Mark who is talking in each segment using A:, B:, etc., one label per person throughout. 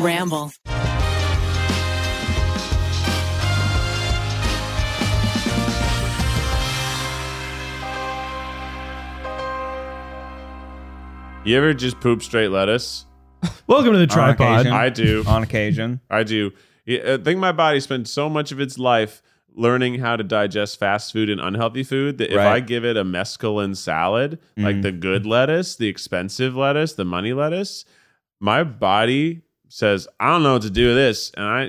A: Ramble.
B: You ever just poop straight lettuce?
C: Welcome to the tripod.
D: occasion.
B: I do.
D: on occasion.
B: I do. I think my body spent so much of its life learning how to digest fast food and unhealthy food that if
D: Right.
B: I give it a mescaline salad,
E: Mm.
B: like the good lettuce, the expensive lettuce, the money lettuce, my body says, I don't know what to do with this. And I,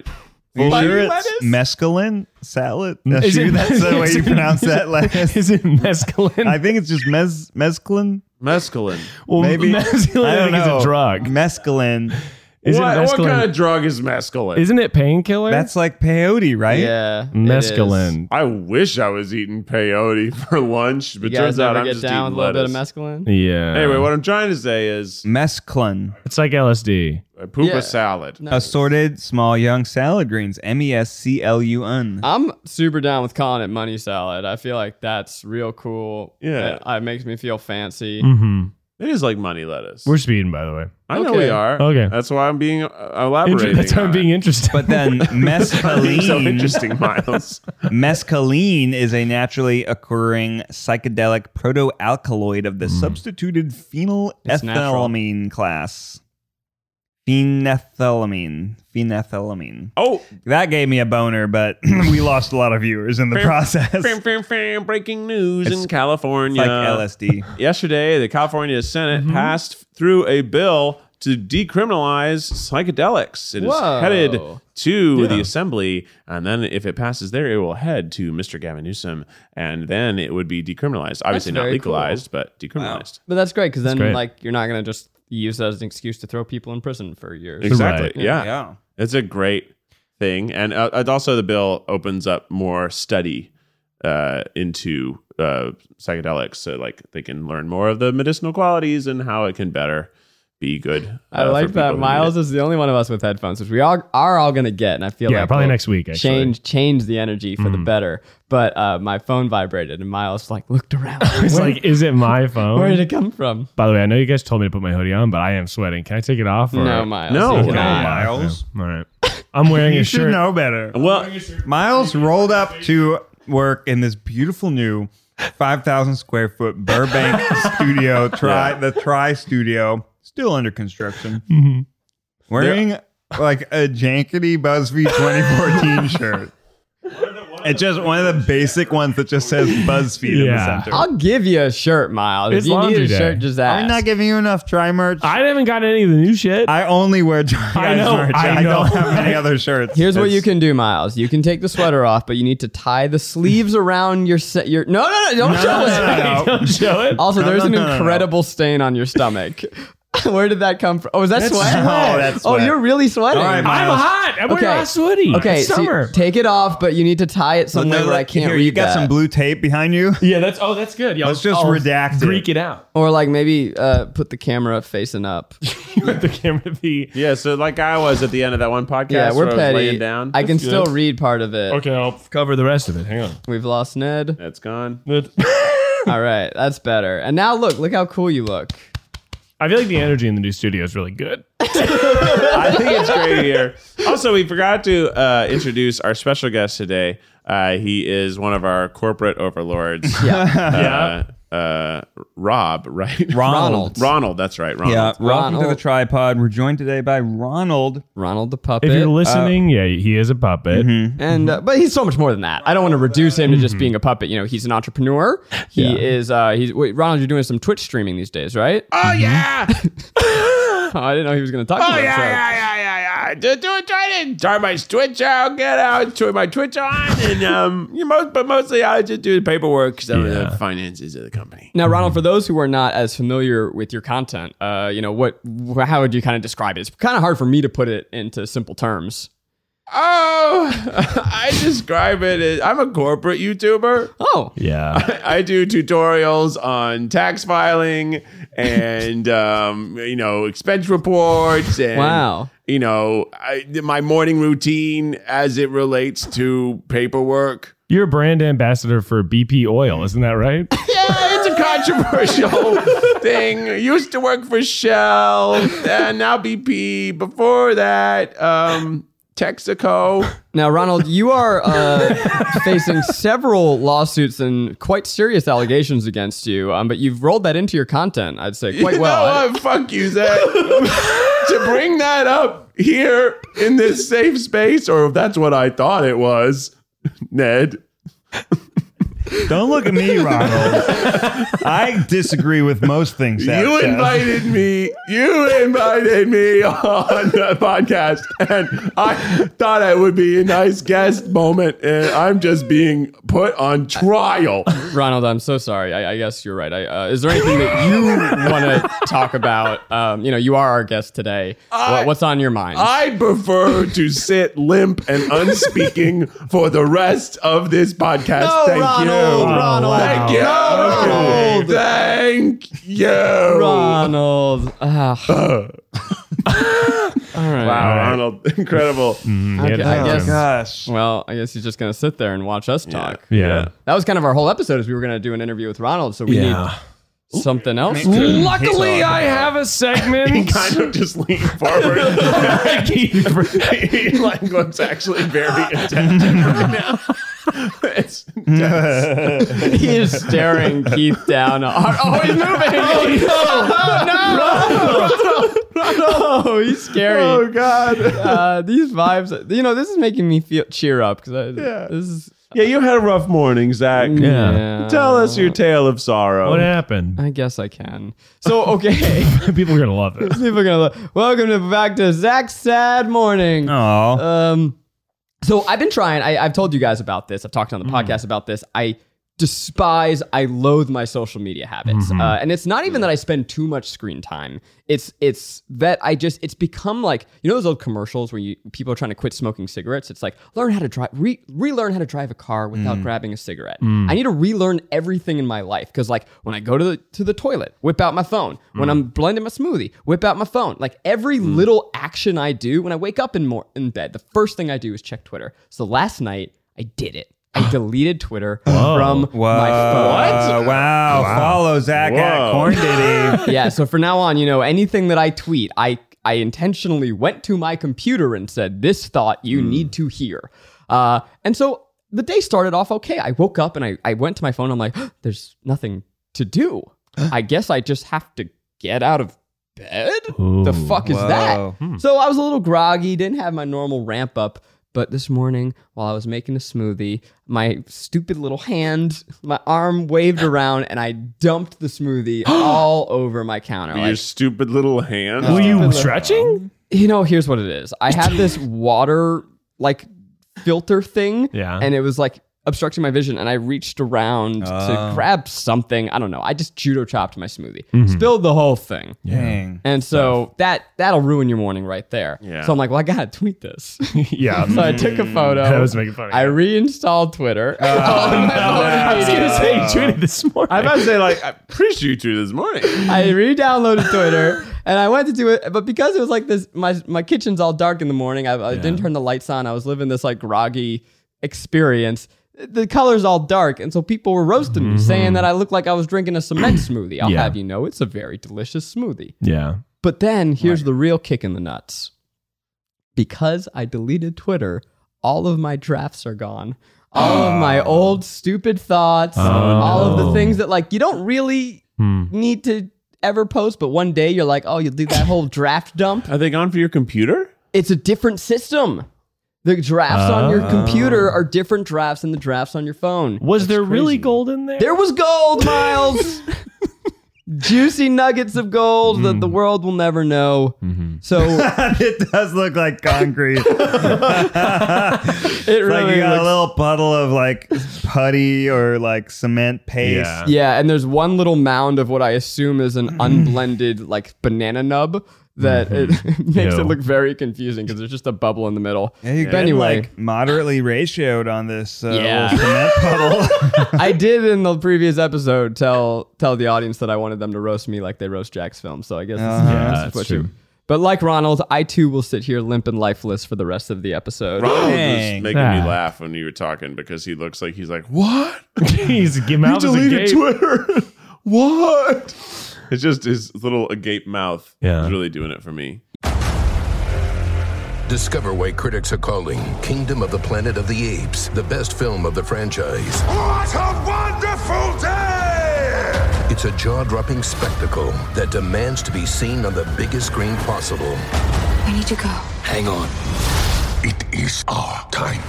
D: You
B: Bloody
D: sure it's
B: lettuce?
D: mescaline salad? That's,
C: Is
D: you-
C: it-
D: that's the way
C: is
D: you
C: it-
D: pronounce that lettuce.
C: Is it mescaline?
D: I think it's just mes mescaline.
B: mescaline.
C: well,
D: Maybe
C: mescaline I think is a drug.
D: Mescaline.
C: Is
B: what,
C: it
B: what
C: mescaline?
B: kind of drug is mescaline?
C: Isn't it painkiller?
D: That's like peyote, right?
E: Yeah. it is.
C: mescaline.
B: I wish I was eating peyote for lunch, but
E: You guys
B: turns out
E: never
B: I'm
E: get
B: just
E: down
B: eating
E: with a little bit
B: lettuce.
E: of mescaline?
C: Yeah.
B: anyway, what I'm trying to say is
D: Mescaline.
C: It's like LSD.
B: I poop
E: Yeah.
B: a salad.
D: Assorted small young salad greens. M E S C L U
B: Uh,
D: N.
E: I'm super down with calling it money salad. I feel like that's real cool.
B: Yeah.
E: It, it makes me feel fancy.
C: Mm-hmm.
B: It is like money lettuce.
C: We're speeding, by the way.
B: I know
E: Okay.
B: we are.
C: Okay.
B: That's why I'm being uh, elaborating.
C: Inter- that's how I'm
B: on
C: being
B: it.
C: interested.
D: But then
B: Being so
D: mescaline.
B: interesting, Miles.
D: Mescaline is a naturally occurring psychedelic protoalkaloid of the substituted
E: It's natural.
D: phenylethylamine class. Phenethylamine. Phenethylamine.
B: oh,
D: That gave me a boner, but we lost a lot of viewers in the process.
B: fam,
D: It's
B: fam, fam, breaking news
D: It's
B: in California.
D: like LSD.
B: Yesterday, the California Senate passed through a bill to decriminalize psychedelics. It is
E: Whoa.
B: headed to the
C: Yeah.
B: assembly, and then if it passes there, it will head to Mr. Gavin Newsom, and then it would be decriminalized. Obviously, not
E: very cool.
B: legalized, but decriminalized.
E: But that's great because then,
C: great.
E: like, you're not going to just use that as an excuse to throw people in prison for years.
B: Exactly.
C: Right.
B: Yeah.
D: yeah.
B: It's a great thing, and uh, and also the bill opens up more study uh, into uh, psychedelics, so like they can learn more of the medicinal qualities and how it can better be good.
E: I
B: uh, for
E: like
B: people who
E: that
B: need
E: Miles
B: it.
E: is the only one of us with headphones, which we all are all gonna get, and I feel
C: Yeah,
E: like
C: probably
E: we'll
C: next week, actually. Mm.
E: change change the energy for the better. But uh, my phone vibrated, and Miles like looked around.
C: it's
E: Where-
C: like, is it my
E: where did
C: phone?
E: it come from?
C: By the way, I know you guys told me to put my hoodie on, but I am sweating. Can I take it off? Or? Oh,
E: No, Miles.
B: No,
E: you
B: no.
E: cannot.
D: Miles.
C: All right. I'm wearing a
D: You
C: shirt.
D: should know better.
B: well.
D: Miles rolled up to work in this beautiful new 5,000 square foot Burbank studio, tri, the Tri Studio, still under construction,
C: Mm-hmm.
D: wearing like a jankety BuzzFeed 2014 shirt. It's just one of the basic ones that just says BuzzFeed in
C: Yeah.
D: the center.
E: I'll give you a shirt, Miles.
C: It's
E: if you need
C: laundry
E: a
C: day.
E: shirt, just ask.
D: I'm not giving you enough Tri merch. I,
C: I haven't gotten any of the new shit.
D: only wear Tri
C: I
D: guys
C: know,
D: merch.
C: I
D: I,
C: know.
D: don't have any other shirts.
E: Here's what
D: It's-
E: you can do, Miles. You can take the sweater off, but you need to tie the sleeves around your se- your. No, no, no! Don't
D: No, no,
E: show us.
D: no, no, no.
C: Don't show it.
E: Also,
D: No,
E: there's
D: no,
E: an
D: no, no, no.
E: incredible stain on your stomach. Where did that come from? Oh, is that
D: That's
E: sweat?
D: sweat. No, that's
E: Oh,
D: sweat.
E: you're really sweating.
D: All right, Miles.
C: I'm hot. I'm
E: Okay.
C: wearing a hot sweaty.
E: okay,
C: It's
E: so you-
C: summer.
E: take it off, but you need to tie it
D: Well,
E: somewhere
D: no,
E: where I
D: look,
E: can't
D: here,
E: read
D: you got
E: that.
D: some blue tape behind you.
C: yeah, that's oh, that's good. Yeah,
D: Let's just redact it.
C: Greek it out.
E: or like maybe uh, put the camera facing up.
C: the camera be
B: Yeah, so like I was at the end of that one podcast.
E: yeah,
B: where
E: we're
B: I was
E: petty.
B: laying down.
E: I can
B: That's good.
E: still read part of it.
C: okay. I'll cover the rest of it. Hang on.
E: We've lost Ned.
B: That's gone.
E: All right, that's better. And now look, look how cool you look.
C: I feel like the energy in the new studio is really good.
B: I think it's great here. Also, we forgot to uh, introduce our special guest today. Uh, he is one of our corporate overlords.
E: Yeah,
B: Uh, uh, Rob, right?
D: Ronald.
B: Ronald, that's right. Ronald.
D: Yeah, welcome to the
E: Ronald.
D: tripod. We're joined today by Ronald.
E: Ronald the puppet. Uh,
C: If
D: uh,
C: you're listening, yeah, he is a puppet.
D: Mm-hmm.
E: and uh, but he's so much more than that. I don't want to reduce him to
B: Mm-hmm.
E: just being a puppet. You know, he's an entrepreneur. He
C: Yeah.
E: is. Uh, he's wait, Ronald. You're doing some Twitch streaming these days, right?
B: Oh, yeah.
E: Oh, I didn't know he was going to talk
B: Ah! Oh, yeah,
E: about
B: yeah, yeah, yeah, yeah. Do, do it, try to turn my Twitch out, get out, turn my Twitch on. And, um, you most, but mostly I just do the paperwork because I'm
C: Yeah.
B: the finances of the company.
E: Now, Ronald, for those who are not as familiar with your content, uh, you know what? wh- How would you kind of describe it? It's kind of hard for me to put it into simple terms.
B: Oh, I describe it as I'm a corporate YouTuber.
E: Oh,
C: Yeah.
B: I do tutorials on tax filing and um, you know expense reports and
E: Wow.
B: you know I, my morning routine as it relates to paperwork.
C: You're a brand ambassador for BP Oil, isn't that right?
B: Yeah, it's a controversial thing. Used to work for Shell and now BP. Before that, um, Texaco.
E: Now, Ronald, you are uh, facing several lawsuits and quite serious allegations against you, um, but you've rolled that into your content, I'd say, quite well. I-
B: No, uh, fuck you, Zach. to bring that up here in this safe space, or if that's what I thought it was, Ned.
D: Don't look at me, Ronald. I disagree with most things. that
B: You
D: says.
B: invited me. You invited me on the podcast, and I thought it would be a nice guest moment. And I'm just being put on trial.
E: Ronald, I'm so sorry. I, I guess you're right. I, uh, is there anything that you want to talk about? Um, you know, you are our guest today.
B: I-
E: what, what's on your mind?
B: I prefer to sit limp and unspeaking for the rest of this podcast.
E: No,
B: Thank
E: Ronald,
B: you.
E: Ronald.
B: Thank you.
E: No, Ronald.
B: Thank you.
E: Ronald. Ah. All right.
B: Wow, Ronald. Incredible.
C: Mm,
E: Okay,
C: yeah,
E: I
C: that's
E: guess-
C: him.
D: Gosh.
E: Well, I guess he's just going to sit there and watch us talk.
C: Yeah.
E: That was kind of our whole episode is we were going to do an interview with Ronald, so we
C: Yeah.
E: need something else.
C: Luckily, I have a
B: He
C: segment.
B: kind of just leaned forward. he like looks actually very attentive right now. It's intense.
E: he is staring Keith down. hard- Oh, he's moving! Oh, no! Oh, he's scary.
B: oh God.
E: Uh, these vibes, you know, this is making me feel cheer up because
B: Yeah.
E: this is
B: Yeah, you had a rough morning, Zach.
C: Yeah.
B: Tell us your tale of sorrow.
C: what happened?
E: I guess I can. So okay,
C: People are gonna love it.
E: people are gonna look. Welcome to back to Zach's sad morning.
D: Aw.
E: Um, so I've been trying. I, I've told you guys about this. I've talked on the podcast about this. I despise. I loathe my social media habits, uh, and it's not even that I spend too much screen time. It's it's that I just it's become like you know those old commercials where you people are trying to quit smoking cigarettes. It's like learn how to drive, re, relearn how to drive a car without grabbing a cigarette. I need to relearn everything in my life because like when I go to the to the toilet, whip out my phone. When I'm blending my smoothie, whip out my phone. Like every little action I do when I wake up in more in bed, the first thing I do is check Twitter. So last night I did it. I deleted Twitter from
D: Wow.
E: my phone.
D: Wow. Follow Zach at
B: Whoa.
D: Corn Diddy.
E: yeah. So for now on, you know, anything that I tweet, I I intentionally went to my computer and said, "This thought you need to hear." Uh, and so the day started off okay. I woke up and I I went to my phone. I'm like, "There's nothing to do. I guess I just have to get out of bed." The fuck is
D: Whoa.
E: that? So I was a little groggy, didn't have my normal ramp up. But this morning, while I was making a smoothie, my stupid little hand, my arm waved around, and I dumped the smoothie all over my counter.
B: Your
E: Like,
B: stupid little hand.
C: Were you stretching?
E: you know, here's what it is I had this water, like, filter thing,
C: Yeah.
E: and it was like obstructing my vision, and I reached around to grab something. I don't know. I just judo chopped my smoothie, spilled the whole thing.
D: Dang.
E: And so that that'll ruin your morning right there.
B: Yeah.
E: So I'm like, well, I gotta tweet this.
C: yeah.
E: so I took a photo.
C: I was making fun of
E: I
C: you.
E: reinstalled Twitter. Oh,
C: I was gonna say you tweeted this morning.
B: I must say, like, I'm pretty sure you through this morning.
E: I re-downloaded Twitter and I went to do it, but because it was like this, my my kitchen's all dark in the morning. I, I didn't turn the lights on. I was living this like groggy experience. The color's all dark, and so people were roasting me, saying that I looked like I was drinking a cement smoothie. I'll
C: Mm-hmm. Yeah.
E: have you know, it's a very delicious smoothie.
C: yeah.
E: But then here's the real kick in the nuts. Because I deleted Twitter, all of my drafts are gone. All of
D: Oh.
E: my old stupid thoughts, all of the
C: no.
E: things that like you don't really
C: Hmm.
E: need to ever post, but one day you're like, oh, you'll do that whole draft dump.
B: Are they gone for your computer?
E: It's a different system. The drafts on your computer
D: Oh.
E: are different drafts than the drafts on your phone.
C: Was there really gold in there?
E: There was gold, Miles. Juicy nuggets of gold that
D: Hmm.
E: the world will never know.
C: Mm-hmm.
E: So
D: it does look like concrete.
E: It
D: like
E: really
D: you got
E: looks,
D: a little puddle of like putty or like cement paste.
C: Yeah. Mm-hmm.
E: yeah, and there's one little mound of what I assume is an unblended like banana nub that it makes
C: Mm-hmm. Ew.
E: it look very confusing because there's just a bubble in the middle.
D: Yeah, you
E: But
D: got
E: anyway,
D: like moderately ratioed on this uh,
E: Yeah.
D: little cement puddle.
E: I did in the previous episode tell tell the audience that I wanted them to roast me like they roast Jack's film. So I guess this is-
D: Uh-huh.
E: this
C: Yeah,
E: is
C: that's
E: what
C: true.
E: you. But like Ronald, I too will sit here limp and lifeless for the rest of the episode.
B: Ronald was
D: Dang.
B: making me
C: Ah.
B: laugh when you were talking because he looks like he's like, What?
C: He's
B: You deleted Twitter? what? It's just his little agape mouth
C: Yeah.
B: is really doing it for me.
A: Discover why critics are calling Kingdom of the Planet of the Apes the best film of the franchise.
F: What a wonderful day!
A: It's a jaw dropping spectacle that demands to be seen on the biggest screen possible.
G: I need to go.
A: Hang on.
F: It is our time.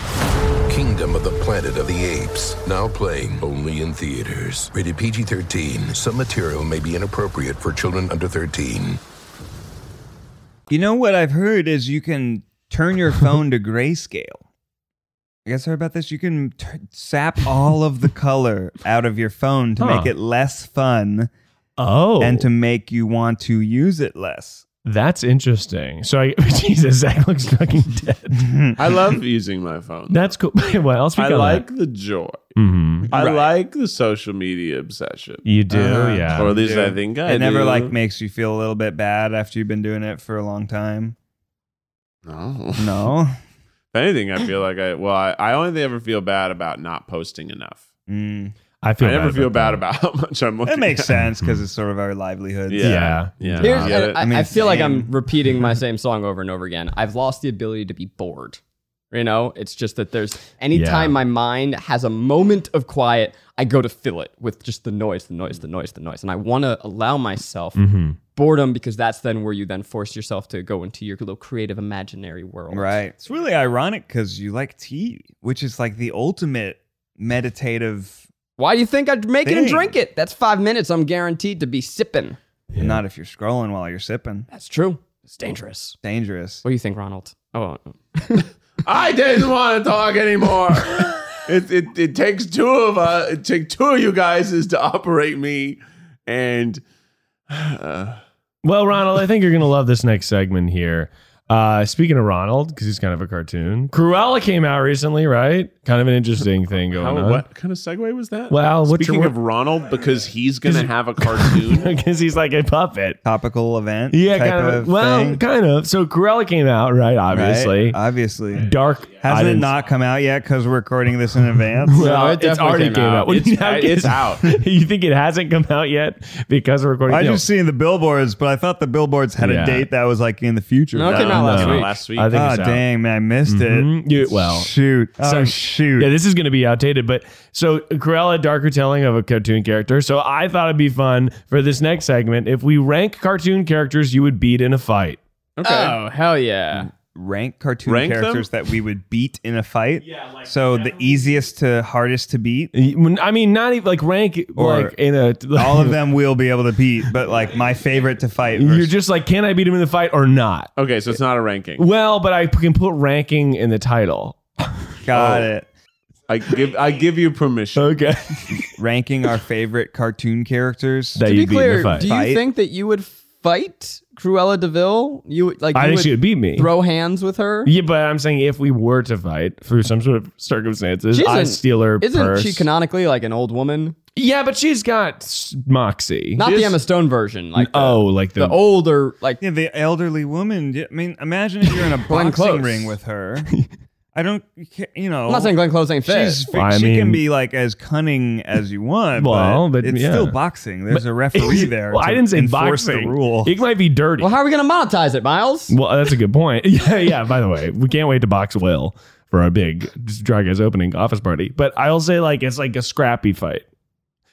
A: Kingdom of the Planet of the Apes. Now playing only in theaters. Rated PG 13. Some material may be inappropriate for children under 13.
D: You know what I've heard is you can turn your phone to grayscale. You guys heard about this? You can t- sap all of the color out of your phone to
C: Huh.
D: make it less fun
C: Oh,
D: and to make you want to use it less.
C: that's interesting. So I, Jesus, Zach looks fucking dead.
B: I love using my phone.
C: Hmm. That's cool. well, I'll speak
B: I
C: on
B: like
C: that.
B: the joy.
C: Mhm.
B: I like the social media obsession.
C: You do,
D: Uh,
C: yeah.
B: Or at least
D: Yeah.
B: I think I
D: it never
B: do.
D: like makes you feel a little bit bad after you've been doing it for a long time.
B: No.
D: No.
B: If anything, I feel like I well, I, I only ever feel bad about not posting enough.
D: Mm.
C: I feel.
B: I never
C: bad
B: feel
C: about
B: bad
C: that.
B: about how much I'm looking.
D: That makes
B: at.
D: sense because it's sort of our livelihood.
B: Yeah,
C: Yeah.
B: yeah.
C: Here's-
B: I
E: Here's,
B: get
E: I,
B: it.
E: I,
D: I mean,
E: feel like I'm
D: same.
E: repeating my same song over and over again. I've lost the ability to be bored. You know, it's just that there's anytime
C: Yeah.
E: my mind has a moment of quiet, I go to fill it with just the noise, the noise, the noise, the noise. And I want to allow myself
C: Mm. Mm-hmm.
E: boredom because that's then where you then force yourself to go into your little creative imaginary world.
D: Right. It's really ironic because you like tea, which is like the ultimate meditative.
E: Why do you think I'd make it and
D: Dang.
E: drink it? That's five minutes I'm guaranteed to be sipping.
D: Not if you're scrolling while you're sipping.
E: That's true. It's dangerous.
D: Dangerous.
E: What do you think, Ronald? Oh,
B: I didn't want to talk anymore. it, it it takes two of us. It take two of you guys is to operate me, and
C: Well, Ronald, I think you're gonna love this next segment here. Uh, speaking of Ronald, because he's kind of a cartoon, Cruella came out recently, right? Kind of an interesting thing going
B: how,
C: on.
B: what kind of segue was that?
C: Well, what's
B: speaking
C: your-
B: of Ronald, because he's gonna have a cartoon.
C: Because he's like a puppet.
D: Topical event.
C: Yeah,
D: type
C: kind of.
D: of
C: well,
D: thing,
C: kind of. So Cruella came out, right?
D: right?
C: Obviously,
D: Obviously.
C: dark. I
D: Hasn't it
C: didn't-
D: not come out yet because we're recording this in advance?
C: Well,
E: No, it
C: it's
E: definitely
C: already
E: came
C: came out.
E: out.
C: What do you-
B: It's-
C: how-
B: it's out.
C: you think it hasn't come out yet because we're recording?
D: I
C: No.
D: just seen the billboards, but I thought the billboards had
C: Yeah.
D: a date that was like in the future.
E: No, it came out last
B: Uh,
E: week.
B: last week.
C: I think
D: Oh,
C: it's out.
D: dang, man, I missed
C: Mhm.
D: it.
C: You- well,
D: shoot. Oh,
C: so-
D: shoot.
C: Yeah, this is going to be outdated, but so Cruella, darker telling of a cartoon character. So I thought it'd be fun for this next segment if we rank cartoon characters you would beat in a fight.
B: okay.
E: oh hell yeah.
D: rank cartoon
B: Rank them?
D: characters that we would beat in a fight. Yeah, like so the easiest to hardest to beat.
C: I mean, not even like rank
D: Or
C: like in a
D: All of them will be able to beat, but like my favorite to fight.
C: You're
D: versus-
C: just like, can I beat him in the fight or not?
B: Okay, so it's not a ranking.
C: Well, but I can put ranking in the title.
D: got
C: Oh.
D: it.
B: I give I give you permission.
C: Okay,
D: Ranking our favorite cartoon characters.
C: that
E: to
C: you
E: be
C: beat in a
E: clear,
C: fight.
E: do you
D: Fight?
E: think that you would fight Cruella Deville? You would like
C: I
E: you
C: think
E: would
C: she would beat me.
E: throw hands with her?
C: yeah, but I'm saying if we were to fight through some sort of circumstances,
E: She
C: I
E: isn't-
C: steal her
E: Isn't
C: purse.
E: she canonically like an old woman?
C: yeah, but she's got s- moxie.
E: Not
B: She's-
E: the Emma Stone version, like the,
C: oh, like
E: the
C: the,
E: older like
D: Yeah, the elderly woman. I mean, imagine if you're in a
E: Glenn
D: boxing
E: Close.
D: ring with her. I don't, you can't- you know.
E: I'm not saying Glenn Close ain't fit.
D: She's,
C: Well, I
D: she
C: mean-
D: can be like as cunning as you want.
C: Well, but
D: it's
C: yeah.
D: still boxing. There's a referee there.
C: Well,
D: to
C: I didn't say
D: enforce
C: boxing.
D: the rule.
C: It might be dirty.
E: well, how are we gonna monetize it, Miles?
C: Well, that's a good point. Yeah, yeah. By the way, we can't wait to box Will for our big Dry Guys opening office party. But I'll say like it's like a scrappy fight.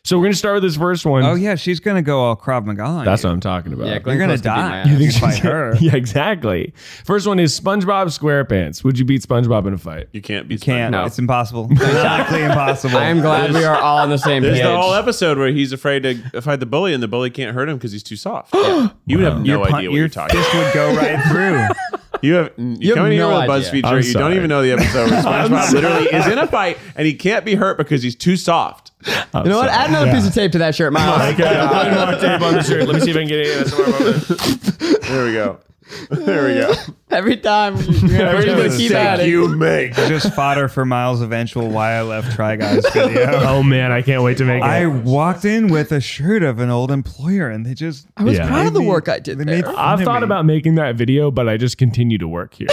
C: So we're gonna start with this first one.
D: Oh yeah, she's gonna go all Krav Maga. on
C: that's
D: you.
C: what I'm talking about.
E: yeah,
D: You're
E: Glenn
D: gonna
E: Close could beat my
D: die.
E: ass.
D: think she's her?
C: yeah, exactly. First one is SpongeBob SquarePants. Would you beat SpongeBob in a fight?
B: You can't be
D: You can't.
E: No.
D: It's impossible. Exactly impossible.
E: I am glad we are all on the same
B: There's
E: page.
B: the whole episode where he's afraid to fight the bully, and the bully can't hurt him because he's too soft. You would have no
D: Your, pun-
B: idea what
D: your
B: you're talking.
D: fist would go right through.
B: You have you,
E: have
B: come in here
E: no
B: with a
E: idea.
B: BuzzFeed
C: I'm
B: shirt. You don't
C: sorry.
B: even know the episode where SpongeBob literally is in a fight and he can't be hurt because he's too soft.
E: you know what? Add another piece of tape to that
D: Oh
E: shirt, Miles.
C: Let me see if I can get any of this.
B: There we go. There we go.
E: Every time you- you're
D: Every
E: gonna keep
D: mistake
E: at it.
B: make.
D: Just fodder for Miles' eventual why I left Try Guys video.
C: oh man, I can't wait to make it.
D: I walked in with a shirt of an old employer, and they just.
E: I was
C: Yeah.
E: proud of the
D: They-
E: work I did
D: they made
E: there.
D: fun
C: I've
D: of
C: thought
D: me.
C: about making that video, but I just continue to work here.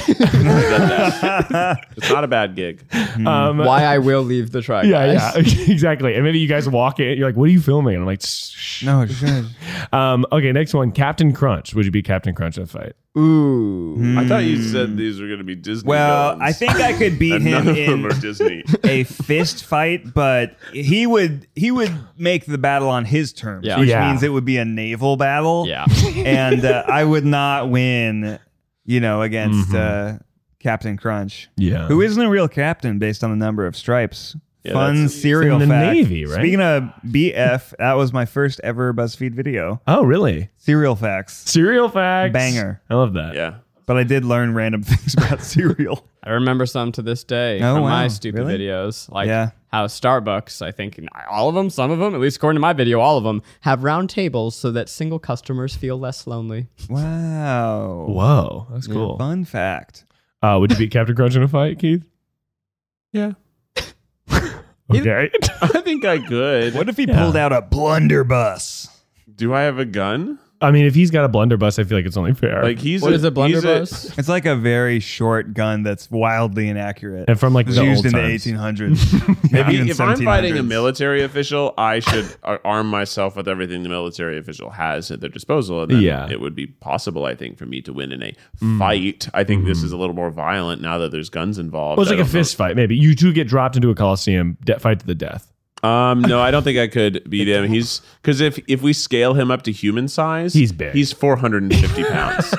B: It's not a bad gig.
D: Hmm.
C: Um,
E: Why I will leave the try.
C: Yeah,
E: Guys.
C: yeah, exactly. And maybe you guys walk in, you're like, "What are you filming?" And I'm like, "Shh."
D: No, it's good.
C: Um, okay, next one, Captain Crunch. Would you be Captain Crunch in a fight?
E: Ooh.
B: I thought
E: Hmm.
B: you said these were going to be Disney.
D: Well,
B: villains.
D: I think I could beat
B: And
D: him
B: none of them are
D: in
B: Disney.
D: a fist fight, but he would he would make the battle on his terms,
E: Yeah.
D: which
C: Yeah.
D: means it would be a naval battle.
E: Yeah.
D: and uh, I would not win, you know, against
C: Mm-hmm.
D: uh, Captain Crunch,
C: Yeah.
D: who isn't a real captain based on the number of stripes.
B: Yeah,
D: Fun
B: that's- It's
D: serial
C: in the
D: fact.
C: Navy, right?
D: Speaking of BF, that was my first ever BuzzFeed video.
C: Oh, really?
D: Serial facts.
C: Serial facts.
D: Banger.
C: I love that.
B: yeah.
D: But I did learn random things about cereal.
E: I remember some to this day
D: Oh,
E: from
D: wow.
E: my stupid
D: Really?
E: videos, like
D: Yeah.
E: how Starbucks, I think all of them, some of them, at least according to my video, all of them have round tables so that single customers feel less lonely.
D: Wow.
C: Whoa, that's cool.
D: Fun fact.
C: Uh, would you beat Captain Crunch in a fight, Keith?
B: Yeah.
C: Okay.
B: I think I could.
D: What if he
C: Yeah.
D: pulled out a blunderbuss?
B: Do I have a gun?
C: I mean, if he's got a blunderbuss, I feel like it's only fair.
B: Like he's
E: What
B: a,
E: is a
B: he's
E: blunderbuss?
D: It's like a very short gun that's wildly inaccurate.
C: and from like
D: It was
C: the
D: used
C: old
D: in
C: times.
D: the 1800s. Maybe even
B: Maybe if I'm fighting a
D: 1700s.
B: military official, I should ar- arm myself with everything the military official has at their disposal. And then
C: Yeah.
B: it would be possible, I think, for me to win in a
E: Hmm.
B: fight. I think this is a little more violent now that there's guns involved.
C: Well, it's
B: I
C: like a
B: don't know-
C: fist fight. Maybe you two get dropped into a coliseum, de- fight to the death.
B: Um, no, I don't think I could beat him. He's because if if we scale him up to human size,
C: He's big.
B: He's 450 pounds.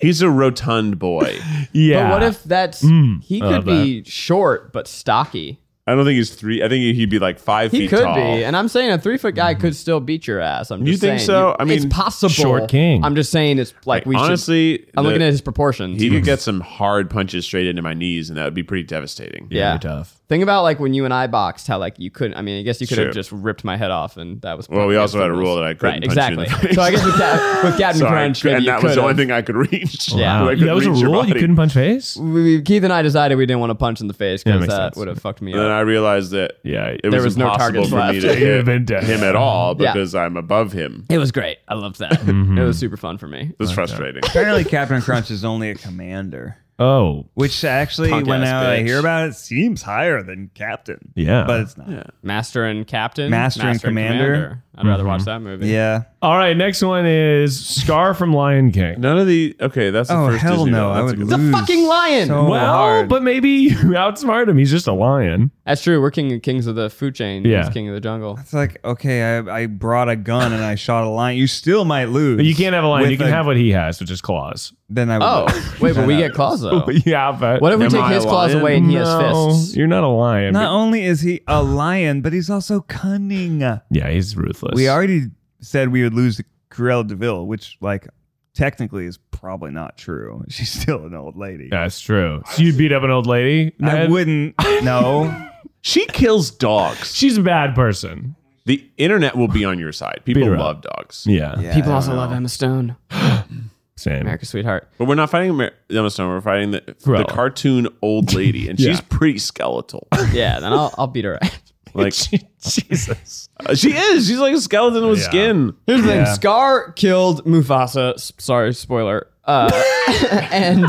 B: he's a rotund boy.
C: Yeah.
E: But what if that's
C: Mm,
E: he
B: Oh,
C: I love
E: could be short but stocky?
B: I don't think he's three. I think he'd be like five
E: He
B: feet
E: could
B: tall. Mm-hmm.
E: be, and I'm saying a three foot guy could still beat your ass. I'm
B: You
E: just
B: think
E: saying,
B: so? I mean,
E: it's possible.
C: short king.
E: I'm just saying it's like, we should.
B: honestly,
E: I'm
B: the-
E: looking at his proportions.
B: He
C: Hmm.
B: could get some hard punches straight into my knees, and that would be pretty devastating.
E: yeah.
C: You're tough?
E: Think about like when you and I boxed, how like you couldn't. I mean, I guess you could
B: Sure.
E: have just ripped my head off, and that was.
B: Well, we also had a rule that I couldn't
E: Right,
B: punch you in the
E: exactly.
B: face.
E: so I guess with, Cap- with Captain
B: Sorry,
E: Crunch, maybe
B: and
E: you
B: that was the
E: could've.
B: only thing I could reach. I
E: Yeah.
C: Wow.
B: couldn't
C: That was a
B: reach your
C: rule. You
B: body.
C: couldn't punch face.
E: We- we- Keith and I decided we didn't want to punch in the face
C: Yeah,
E: because
C: makes
E: that
C: sense.
E: would have fucked me
B: And then
E: up.
B: I realized that
C: Yeah.
B: it
E: There
B: was,
E: was no
B: impossible
E: targets
B: for me
E: left.
B: to
C: You'd have
B: hit
C: been dead.
B: him at all
E: Yeah.
B: because I'm above him.
E: It was great. I loved that.
B: Mm-hmm.
E: It was super fun for me.
B: It was frustrating.
D: Apparently, Captain Crunch is only a commander,
C: Oh,
D: which actually,
E: Punk
D: when
E: ass
D: now I
E: bitch.
D: hear about it, seems higher than captain.
C: Yeah.
D: but it's not. Yeah.
E: Master and Captain,
D: Master and Commander.
E: I'd rather
B: Mm-hmm.
E: watch that movie.
C: All right, next one is Scar from Lion King.
B: None of the okay. That's the
D: Oh
B: first
D: hell
B: Disney
D: no!
B: villain.
D: I
B: That's
D: would
B: a good-
E: The
D: lose.
E: fucking lion.
D: so
C: well,
D: hard.
C: but maybe you outsmart him. He's just a lion.
E: That's true. We're king kings of the food chain.
C: Yeah.
E: He's king of the jungle.
D: It's like okay, I, I brought a gun and I shot a lion. You still might lose.
C: But you can't have a lion.
D: With
C: you can
D: a-
C: have what he has, which is claws.
D: Then I would.
E: Oh,
D: lose.
E: wait, but
D: Then
E: we
D: I
E: get
D: would
E: claws though.
C: yeah, but
E: Oh. What if we
B: Am
E: take
B: I a
E: his claws
B: lion?
E: away and he
C: No,
E: has fists?
C: You're not a lion.
D: Not only is he a lion, but he's also cunning.
C: yeah, he's ruthless.
D: We already said we would lose to Cruella Deville, which like technically is probably not true. She's still an old lady.
C: That's true. So you'd beat up an old lady.
D: I
C: Ned?
D: wouldn't. No.
B: She kills dogs.
C: She's a bad person.
B: the internet will be on your side. People
C: Beat her up.
B: love dogs,
C: Yeah.
D: Yeah,
E: People
D: I
E: also
D: don't
E: love
D: know.
E: Emma Stone,
C: Same.
E: America's sweetheart.
B: but we're not fighting Amer- Emma Stone. We're fighting the, the
C: Cruella.
B: cartoon old lady, and she's
C: Yeah.
B: pretty skeletal.
E: Yeah, then I'll, I'll beat her. ass.
B: Like
C: Jesus.
B: uh, she is. She's like a skeleton with
C: Yeah.
B: skin.
E: Here's the
D: Yeah.
E: thing: Scar killed Mufasa. S- sorry, spoiler. Uh, and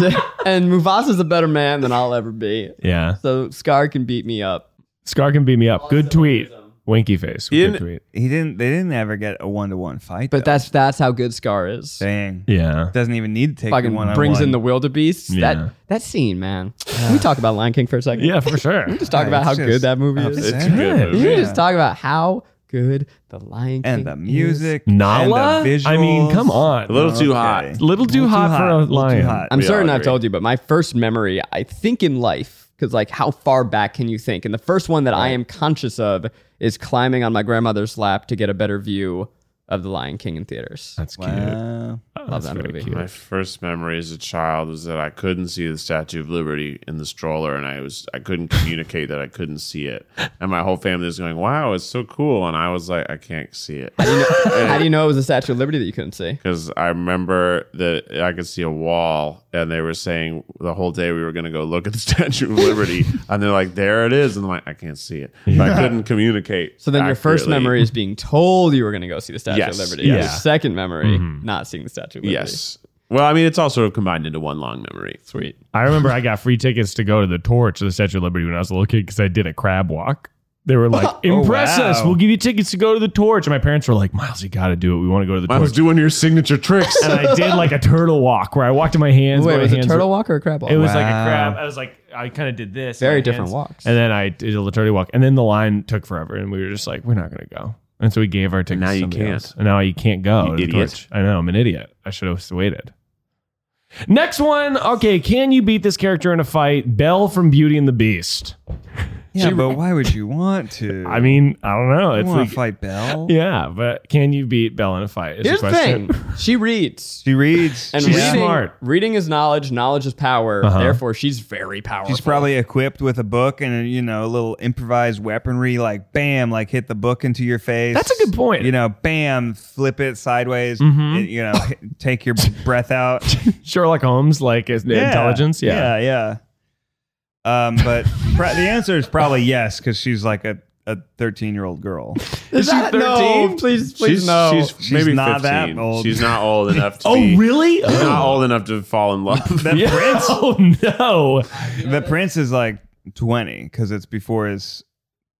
E: and Mufasa's a better man than I'll ever be.
C: Yeah.
E: So Scar can beat me up.
C: Scar can beat me up. Good tweet. Winky face. Good
B: In-
C: tweet.
D: He didn't. They didn't ever get a one to one fight.
E: But that's that's how good Scar is.
D: though. dang.
C: Yeah.
D: Doesn't even need to take
E: Fucking
D: one
E: brings in the wildebeest.
C: Yeah.
E: That that scene, man. Can we talk about Lion King for a second?
C: Yeah, for sure.
E: Just talk
D: Yeah,
E: about
D: it's
E: how
D: just
E: good that movie is.
D: upset.
B: It's a good
E: Can
B: movie.
E: we just talk about how good the Lion King
D: and the
E: is?
D: music.
C: Nala?
D: And the visuals.
C: I mean, come on.
B: A little too
D: Okay.
B: hot.
C: A little too hot for a
D: little too
C: lion.
D: hot.
E: I'm
B: We all
E: certain I've
B: agree.
E: told you, but my first memory, I think in life, because like how far back can you think? And the first one that I am conscious of is climbing on my grandmother's lap to get a better view of The Lion King in theaters.
C: That's cute.
D: Wow.
C: Oh,
E: Love
C: that's
E: that
C: very
E: movie.
C: cute.
B: My first memory as a child was that I couldn't see the Statue of Liberty in the stroller, and I was I couldn't communicate that I couldn't see it, and my whole family was going, "Wow, it's so cool," and I was like, "I can't see it."
E: How do you know it was the Statue of Liberty that you couldn't see?
B: because I remember that I could see a wall, and they were saying the whole day we were going to go look at the Statue of Liberty, and they're like, "There it is," and I'm like, "I can't see it." But I couldn't communicate.
E: So then your first
B: accurately.
E: memory is being told you were going to go see the Statue
B: Yes.
E: of Liberty. Your
C: Yeah.
E: second memory, not seeing the Statue of Liberty.
B: yes. Well, I mean, it's all sort of combined into one long memory. Sweet.
C: I remember I got free tickets to go to the torch of the Statue of Liberty when I was a little kid because I did a crab walk. They were
E: Oh,
C: like, impress
D: wow.
C: us. We'll give you tickets to go to the torch. And my parents were like, Miles, you got to do it. We want to go to the
B: I was
C: torch.
B: doing your signature tricks.
C: and I did like a turtle walk where I walked in my hands.
E: Wait,
C: my
E: was it
C: hands
E: turtle walk or a crab walk?
C: It was like a
D: Wow.
C: crab. I was like, I kind of did this.
E: Very
C: my
E: different
C: hands.
E: walks.
C: And then I did a turtle walk. And then the line took forever. And we were just like, we're not going to go. And so we gave our tickets
B: Now
C: to
B: you
C: somebody
B: can't.
C: else. And now you can't go.
B: You
C: to the
B: idiot.
C: torch. I know. I'm an idiot. I should have waited. Next one. Okay. Can you beat this character in a fight? Belle from Beauty and the Beast.
D: Yeah, but why would you want to?
C: I mean, I don't know.
D: you
C: It's
D: want
C: like,
D: to fight Belle?
C: yeah, but can you beat Belle in a fight? Is
E: Here's the
C: question.
E: thing. She reads.
D: She reads.
E: And
C: She's
E: reading,
C: smart.
E: reading is knowledge. Knowledge is power.
C: Uh-huh.
E: Therefore, she's very powerful.
D: She's probably equipped with a book and you know a little improvised weaponry, like bam, like hit the book into your face.
C: That's a good point. Mm-hmm.
D: You know, bam, flip it sideways. and, you know, take your breath out.
C: Sherlock Holmes, like is the
D: Yeah.
C: intelligence. Yeah.
D: yeah, yeah. Um, but pr- the answer is probably yes because she's like a a thirteen year old girl.
E: Is
C: she
E: that-
C: 13?
E: No, please, please, no.
B: She's,
D: She's
B: maybe
D: not
B: 15.
D: that old.
B: She's not old enough to
C: Oh,
B: be-
C: really?
B: She's not old enough to fall in love.
D: The prince,
C: Oh, no.
D: the prince is like twenty because it's before his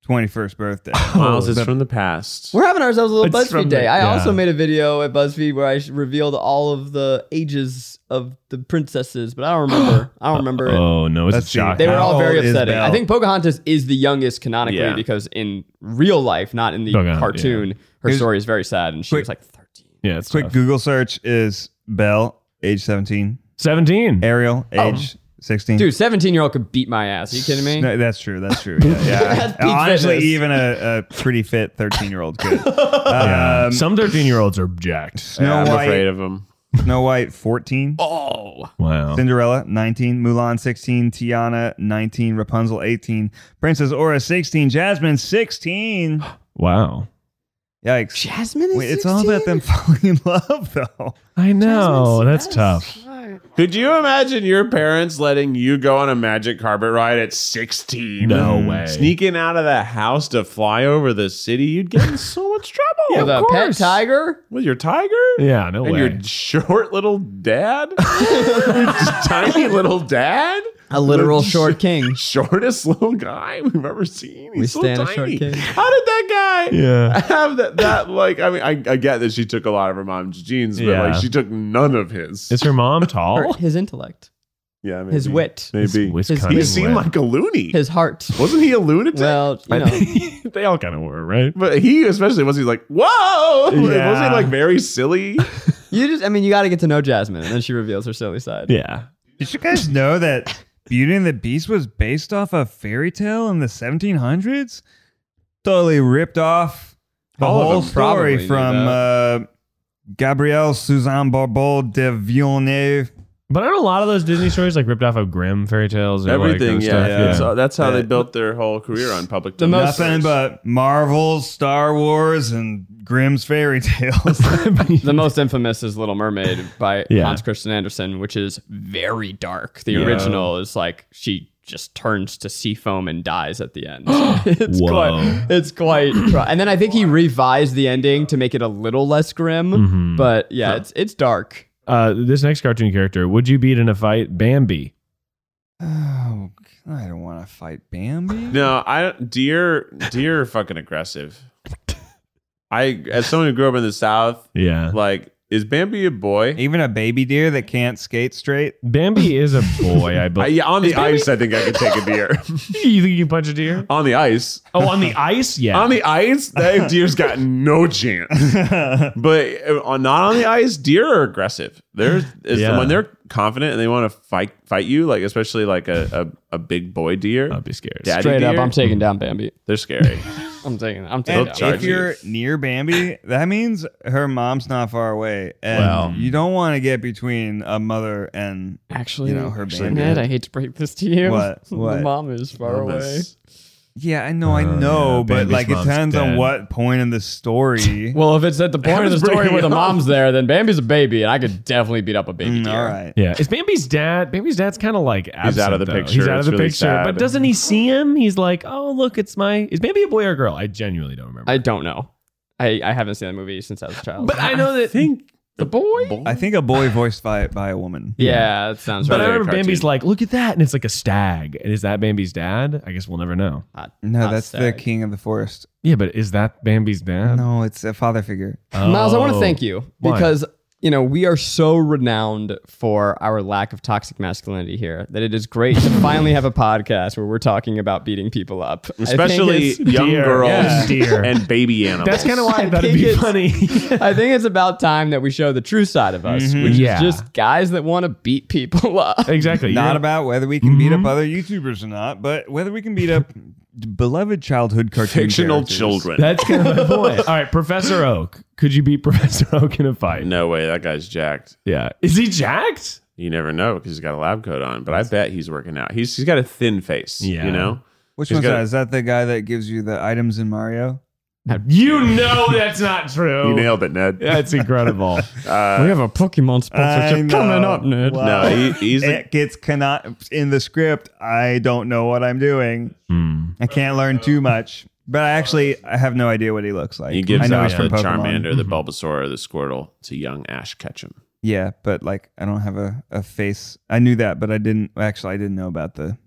D: twenty first birthday.
B: Miles is from the past.
E: We're having ourselves a little
C: It's from
E: BuzzFeed day.
C: the-
E: I
C: yeah.
E: also made a video at BuzzFeed where I sh- revealed all of the ages of the princesses, but I don't remember. I don't remember it.
C: Oh, no. It's
D: Let's
C: a
D: see.
C: shock.
E: They were
D: Uh, How
E: all very
D: old is
E: upsetting. I
D: Belle?
E: think Pocahontas is the youngest canonically
B: Yeah.
E: because in real life, not in the
C: Pocahontas,
E: cartoon, her
D: Here's-
E: story is very sad and she
D: Quick-
E: was like 13.
C: yeah, it's
D: Quick
C: tough.
D: Google search is Belle, age seventeen.
C: 17.
B: Um,
D: Ariel,
C: Oh.
D: age sixteen.
E: Dude, 17 year old could beat my ass. Are you kidding me?
D: No, that's true. That's true. Yeah,
E: That's
D: yeah.
E: peak
D: Honestly,
E: fitness.
D: even a, a pretty fit thirteen-year-old could.
C: Yeah.
D: Um,
C: Some 13 year olds are jacked.
B: Yeah,
D: Snow
B: I'm afraid
D: White,
B: of him.
D: Snow White, fourteen.
E: Oh.
C: Wow.
D: Cinderella, 19. Mulan, 16. Tiana, 19. Rapunzel, 18. Princess Aura, 16. Jasmine, 16.
C: Wow.
D: Yikes.
E: Jasmine is
D: Wait, it's all about them falling in love, though.
C: I know. That's tough.
B: Could you imagine your parents letting you go on a magic carpet ride at 16?
C: No way.
B: Sneaking out of the house to fly over the city, you'd get in so much trouble.
E: With a pet tiger?
B: With your tiger?
C: Yeah, no
B: And
C: way.
B: your short little dad? Your tiny little dad?
E: A literal
B: The
E: short king.
B: Shortest little guy we've ever seen. He's so
E: stand a
B: tiny.
E: short king.
B: How did that guy
C: Yeah.
B: have that, that like I mean I, I get that she took a lot of her mom's genes, but
C: Yeah.
B: like she took none of his.
C: Is her mom tall?
E: His intellect,
B: yeah, maybe.
E: his wit,
B: Maybe.
C: Wisconsin.
B: He seemed like a loony.
E: his heart.
B: Wasn't he a lunatic?
E: Well, you know.
C: they all kind of were, right?
B: but he especially was he like, whoa! Was
C: Yeah.
B: he like very silly?
E: You just, I mean, you got to get to know Jasmine, and then she reveals her silly side.
C: Yeah.
D: Did you guys know that Beauty and the Beast was based off a fairy tale in the 1700s? Totally ripped off the
E: All of
D: whole
E: them Oh, probably
D: story
E: knew
D: from uh, Gabrielle Suzanne Barbeau de Villeneuve.
C: But aren't a lot of those Disney stories like ripped off of Grimm fairy tales? Or
B: Everything,
C: like, those
B: yeah.
C: stuff?
B: That's, how- that's how they
D: Yeah.
B: built their whole career on public
E: The most-
D: Nothing but Marvel, Star Wars, and Grimm's fairy tales.
E: The most infamous is Little Mermaid by
C: Yeah.
E: Hans Christian Andersen, which is very dark. The
C: Yeah.
E: original is like she just turns to sea foam and dies at the end. it's
C: Whoa.
E: quite, it's quite. dry. And then I think he revised the ending to make it a little less grim,
C: Mhm.
E: but yeah, it's it's dark.
C: Uh, this next cartoon character, would you beat in a fight? Bambi.
D: oh, I don't want to fight Bambi.
B: No, I deer deer are fucking aggressive. I as someone who grew up in the South,
C: Yeah.
B: like is Bambi a boy?
D: Even a baby deer that can't skate straight.
C: Bambi is a boy, I
B: I,
C: believe.
B: yeah, on the ice, I think I could take a deer.
C: you think you can punch a deer?
B: on the ice,
C: Oh, on the ice? Yeah.
B: on the ice, that deer's got no chance. But uh, on, not on the ice, deer are aggressive. They're is-
C: Yeah.
B: when they're confident and they want to fight fight you, like especially like a a, a big boy deer,
C: I'd be scared.
B: daddy
E: Straight up,
B: deer,
E: I'm taking down Bambi.
B: they're scary.
E: I'm taking. I'm taking.
D: And
E: that.
D: if
B: charge you.
D: you're near Bambi, that means her mom's not far away, and
B: Well.
D: you don't want to get between a mother and
E: Actually,
D: you know, her
E: actually,
D: baby.
E: Ned, I hate to break this to you.
D: What?
E: The
D: What?
E: mom is far away.
B: This-
D: yeah. I know, I
B: Uh,
G: Oh,
D: know,
G: yeah,
D: but
G: Bambi's
D: like it
G: mom's
D: depends on
G: dead.
D: what point in the story.
E: Well, if it's at the point of the
C: Adam's
E: story
C: bringing
E: where the
C: it up.
E: mom's there, then Bambi's a baby, and I could definitely beat up a baby.
D: Mm,
E: deer.
D: all right.
C: Yeah, is Bambi's dad? Bambi's dad's kind of like absent,
B: out of the
C: though.
B: picture.
C: He's out of
B: It's
C: the
B: really
C: picture,
B: sad.
C: but doesn't he see him? He's like, oh look, it's my. Is Bambi a boy or a girl? I genuinely don't remember.
E: I don't know. I, I haven't seen that movie since I was a child.
C: but I know that.
B: think
E: the boy.
D: I think a boy voiced by by a woman.
E: Yeah, that sounds
C: But I
E: right.
C: remember
B: cartoon.
C: Bambi's like, look at that, and it's like a stag. And is that Bambi's dad? I guess we'll never know.
E: Hot-
D: No,
E: hot
D: that's the
E: stag.
D: king of the forest.
C: Yeah, but is that Bambi's
E: Um,
C: dad?
D: No, it's a father figure.
E: Miles, I want to
C: Oh.
E: thank you
C: Why?
E: because you know we are so renowned for our lack of toxic masculinity here that it is great to finally have a podcast where we're talking about beating people up, I think
B: especially
E: it's-
B: young
C: Deer.
B: girls
C: Yeah. Deer.
B: and baby animals.
C: Oh. That's kind of why I thought it'd
E: think
C: be
E: it's-
C: funny.
E: I think it's about time that we show the true side of us, which
C: Yeah.
E: is just guys that want to beat people up.
C: exactly.
D: Not
C: You're-
D: about whether we can beat
B: Mm-hmm.
D: up other YouTubers or not, but whether we can beat up d- beloved childhood cartoon
B: fictional
D: characters.
B: children.
C: That's kind of my point. All right, Professor Oak. Could you beat Professor Oak in a fight?
B: no way, that guy's jacked.
C: Yeah. Is he jacked?
B: You never know because he's got a lab coat on. But I bet he's working out. He's he's got a thin face.
C: Yeah.
B: you know.
D: Which
B: He's
D: one's
B: got-
D: that? Is that the guy that gives you the items in Mario?
C: You know that's not true.
D: Oh.
B: You nailed it, Ned.
C: That's incredible. Uh,
E: we have a Pokemon sponsorship coming up, Ned.
B: No, he, he's a,
D: it gets cannot in the script. I don't know what I'm doing.
C: Hmm.
D: I can't learn too much. But I actually I have no idea what he looks like.
B: he gives
D: I know
B: out
D: he's
B: the
D: from Pokemon. Mm-hmm.
B: Charmander, the Bulbasaur, the Squirtle to young Ash Ketchum.
D: Yeah, but like I don't have a, a face. I knew that, but I didn't actually I didn't know about the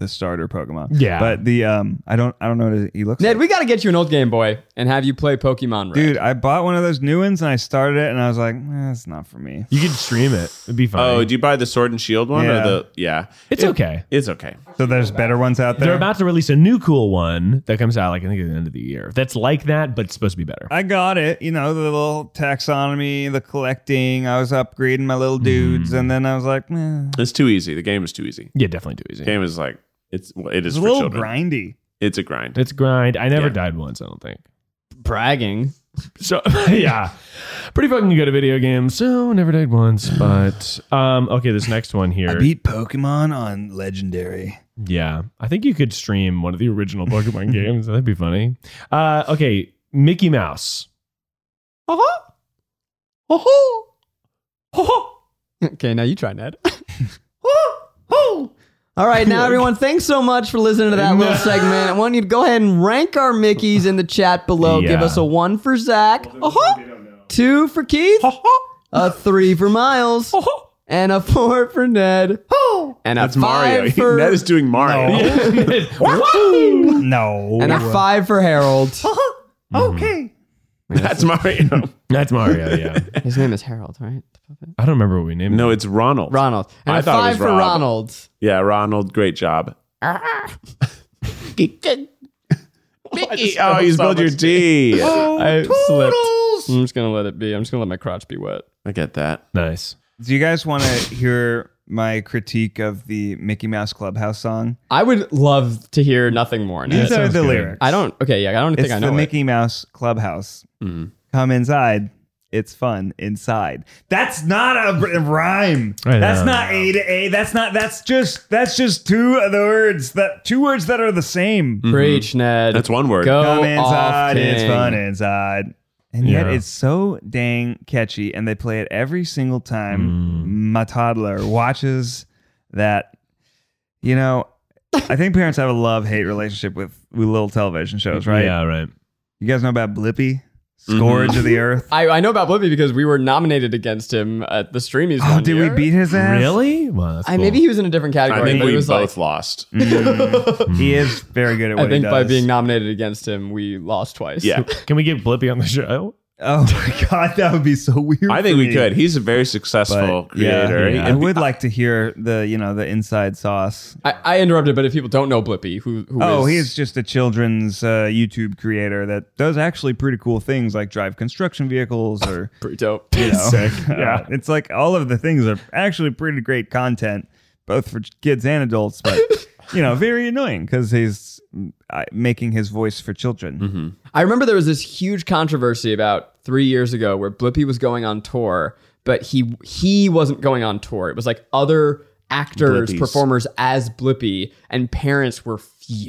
D: the starter Pokemon.
C: Yeah.
D: But the um I don't I don't know what he looks
E: Ned,
D: like.
E: we got to get you an old Game Boy and have you play Pokemon Red.
D: Dude, I bought one of those new ones and I started it and I was like, eh, it's not for me.
C: you could stream it. It'd be fine.
B: Oh, do you buy the Sword and Shield one
D: Yeah.
B: or the? Yeah,
C: it's
B: It-
C: okay.
B: It's okay.
D: So there's better ones out
C: They're
D: there.
C: about to release a new cool one that comes out like I think at the end of the year. That's like that, but it's supposed to be better.
D: I got it. You know, the little taxonomy, the collecting. I was upgrading my
B: Mm-hmm.
D: little dudes, and then I was like, meh.
B: It's too easy. The game is too easy.
C: yeah, definitely too easy.
B: The game is like it's well, it is
D: it's a
B: for
D: little
B: children.
D: grindy.
B: It's a grind.
C: It's grind. I never
B: Yeah.
C: died once. I don't think.
E: bragging.
C: So yeah, pretty fucking good at video games. So never died once, but um, okay. This next one here,
D: beat Pokemon on Legendary.
C: yeah, I think you could stream one of the original Pokemon games. That'd be funny. Uh, okay, Mickey Mouse.
E: Uh-huh. Uh-huh. Uh-huh. Okay, now you try, Ned. Uh-huh. All right, now everyone, thanks so much for listening to that little segment. I want you to go ahead and rank our Mickeys in the chat below. Give
C: Yeah.
E: us a one for Zach, uh-huh. two for Keith, a three for Miles, and a four for Ned, and a
B: That's
E: five
B: Mario.
E: for
B: Ned is doing Mario.
D: No.
E: and a five for Harold.
B: Mm-hmm.
D: okay.
B: That's Mario.
C: That's Mario. Yeah,
E: His name is Harold, right?
C: I don't remember what we named.
B: no,
C: it.
B: it's Ronald.
E: Ronald, and
B: I
E: a
B: thought it
E: five
B: was
E: for
B: Rob.
E: Ronald.
B: Yeah, Ronald. Great job. oh, you spelled your D. I
E: I slipped. I'm just gonna let it be. I'm just gonna let my crotch be wet.
B: get that.
C: nice.
D: Do you guys want to hear my critique of the Mickey Mouse Clubhouse song?
E: I would love to hear nothing more. Ned.
D: These are
C: sounds
D: the
C: good.
D: lyrics.
E: I don't. Okay, yeah, I don't
D: It's
E: think I
D: the
E: know. it. Mm-hmm.
D: Mickey Mouse Clubhouse. Come inside. It's fun inside. That's not a r- rhyme.
C: I know.
D: That's not A to A. That's not. That's just. That's just two of the words that two words that are the same.
E: Preach, Ned.
B: That's one word.
E: Go
D: Come
E: off,
D: inside. It's
E: King.
D: fun inside. And yet
C: Yeah.
D: it's so dang catchy, and they play it every single
C: Mm.
D: time. My toddler watches that. You know, I think parents have a love hate relationship with with little television shows, right?
C: Yeah, right.
D: You guys know about Blippi, Scourge of the Earth?
E: I, I know about Blippi because we were nominated against him at the Streamies.
D: Oh,
E: one
D: did we
E: year.
D: beat his ass?
C: Really? Well, that's
E: I
C: cool.
E: maybe he was in a different
B: I
E: category.
B: think
E: but it
B: we
E: was
B: both
E: like,
B: lost.
D: Mm.
C: Hmm.
D: He is very good at what
E: I think
D: he
E: by
D: does.
E: being nominated against him, we lost twice.
B: Yeah.
C: Can we get Blippi on the show?
D: oh my god, that would be so weird.
B: I
D: for
B: think we
D: me.
B: could. He's a very successful
D: But, yeah,
B: creator.
D: yeah. I would like to hear the you know the inside sauce.
E: I, I interrupted, but if people don't know Blippi, who who
D: Oh,
E: is-
D: he is just a children's uh, YouTube creator that does actually pretty cool things like drive construction vehicles or
E: pretty dope.
D: you know, Uh,
C: Yeah.
D: it's like all of the things are actually pretty great content, both for kids and adults. But you know, very annoying because he's uh, making his voice for children.
E: I remember there was this huge controversy about three years ago where Blippi was going on tour, but he he wasn't going on tour. It was like other actors,
B: Blippies.
E: performers as Blippi, and parents were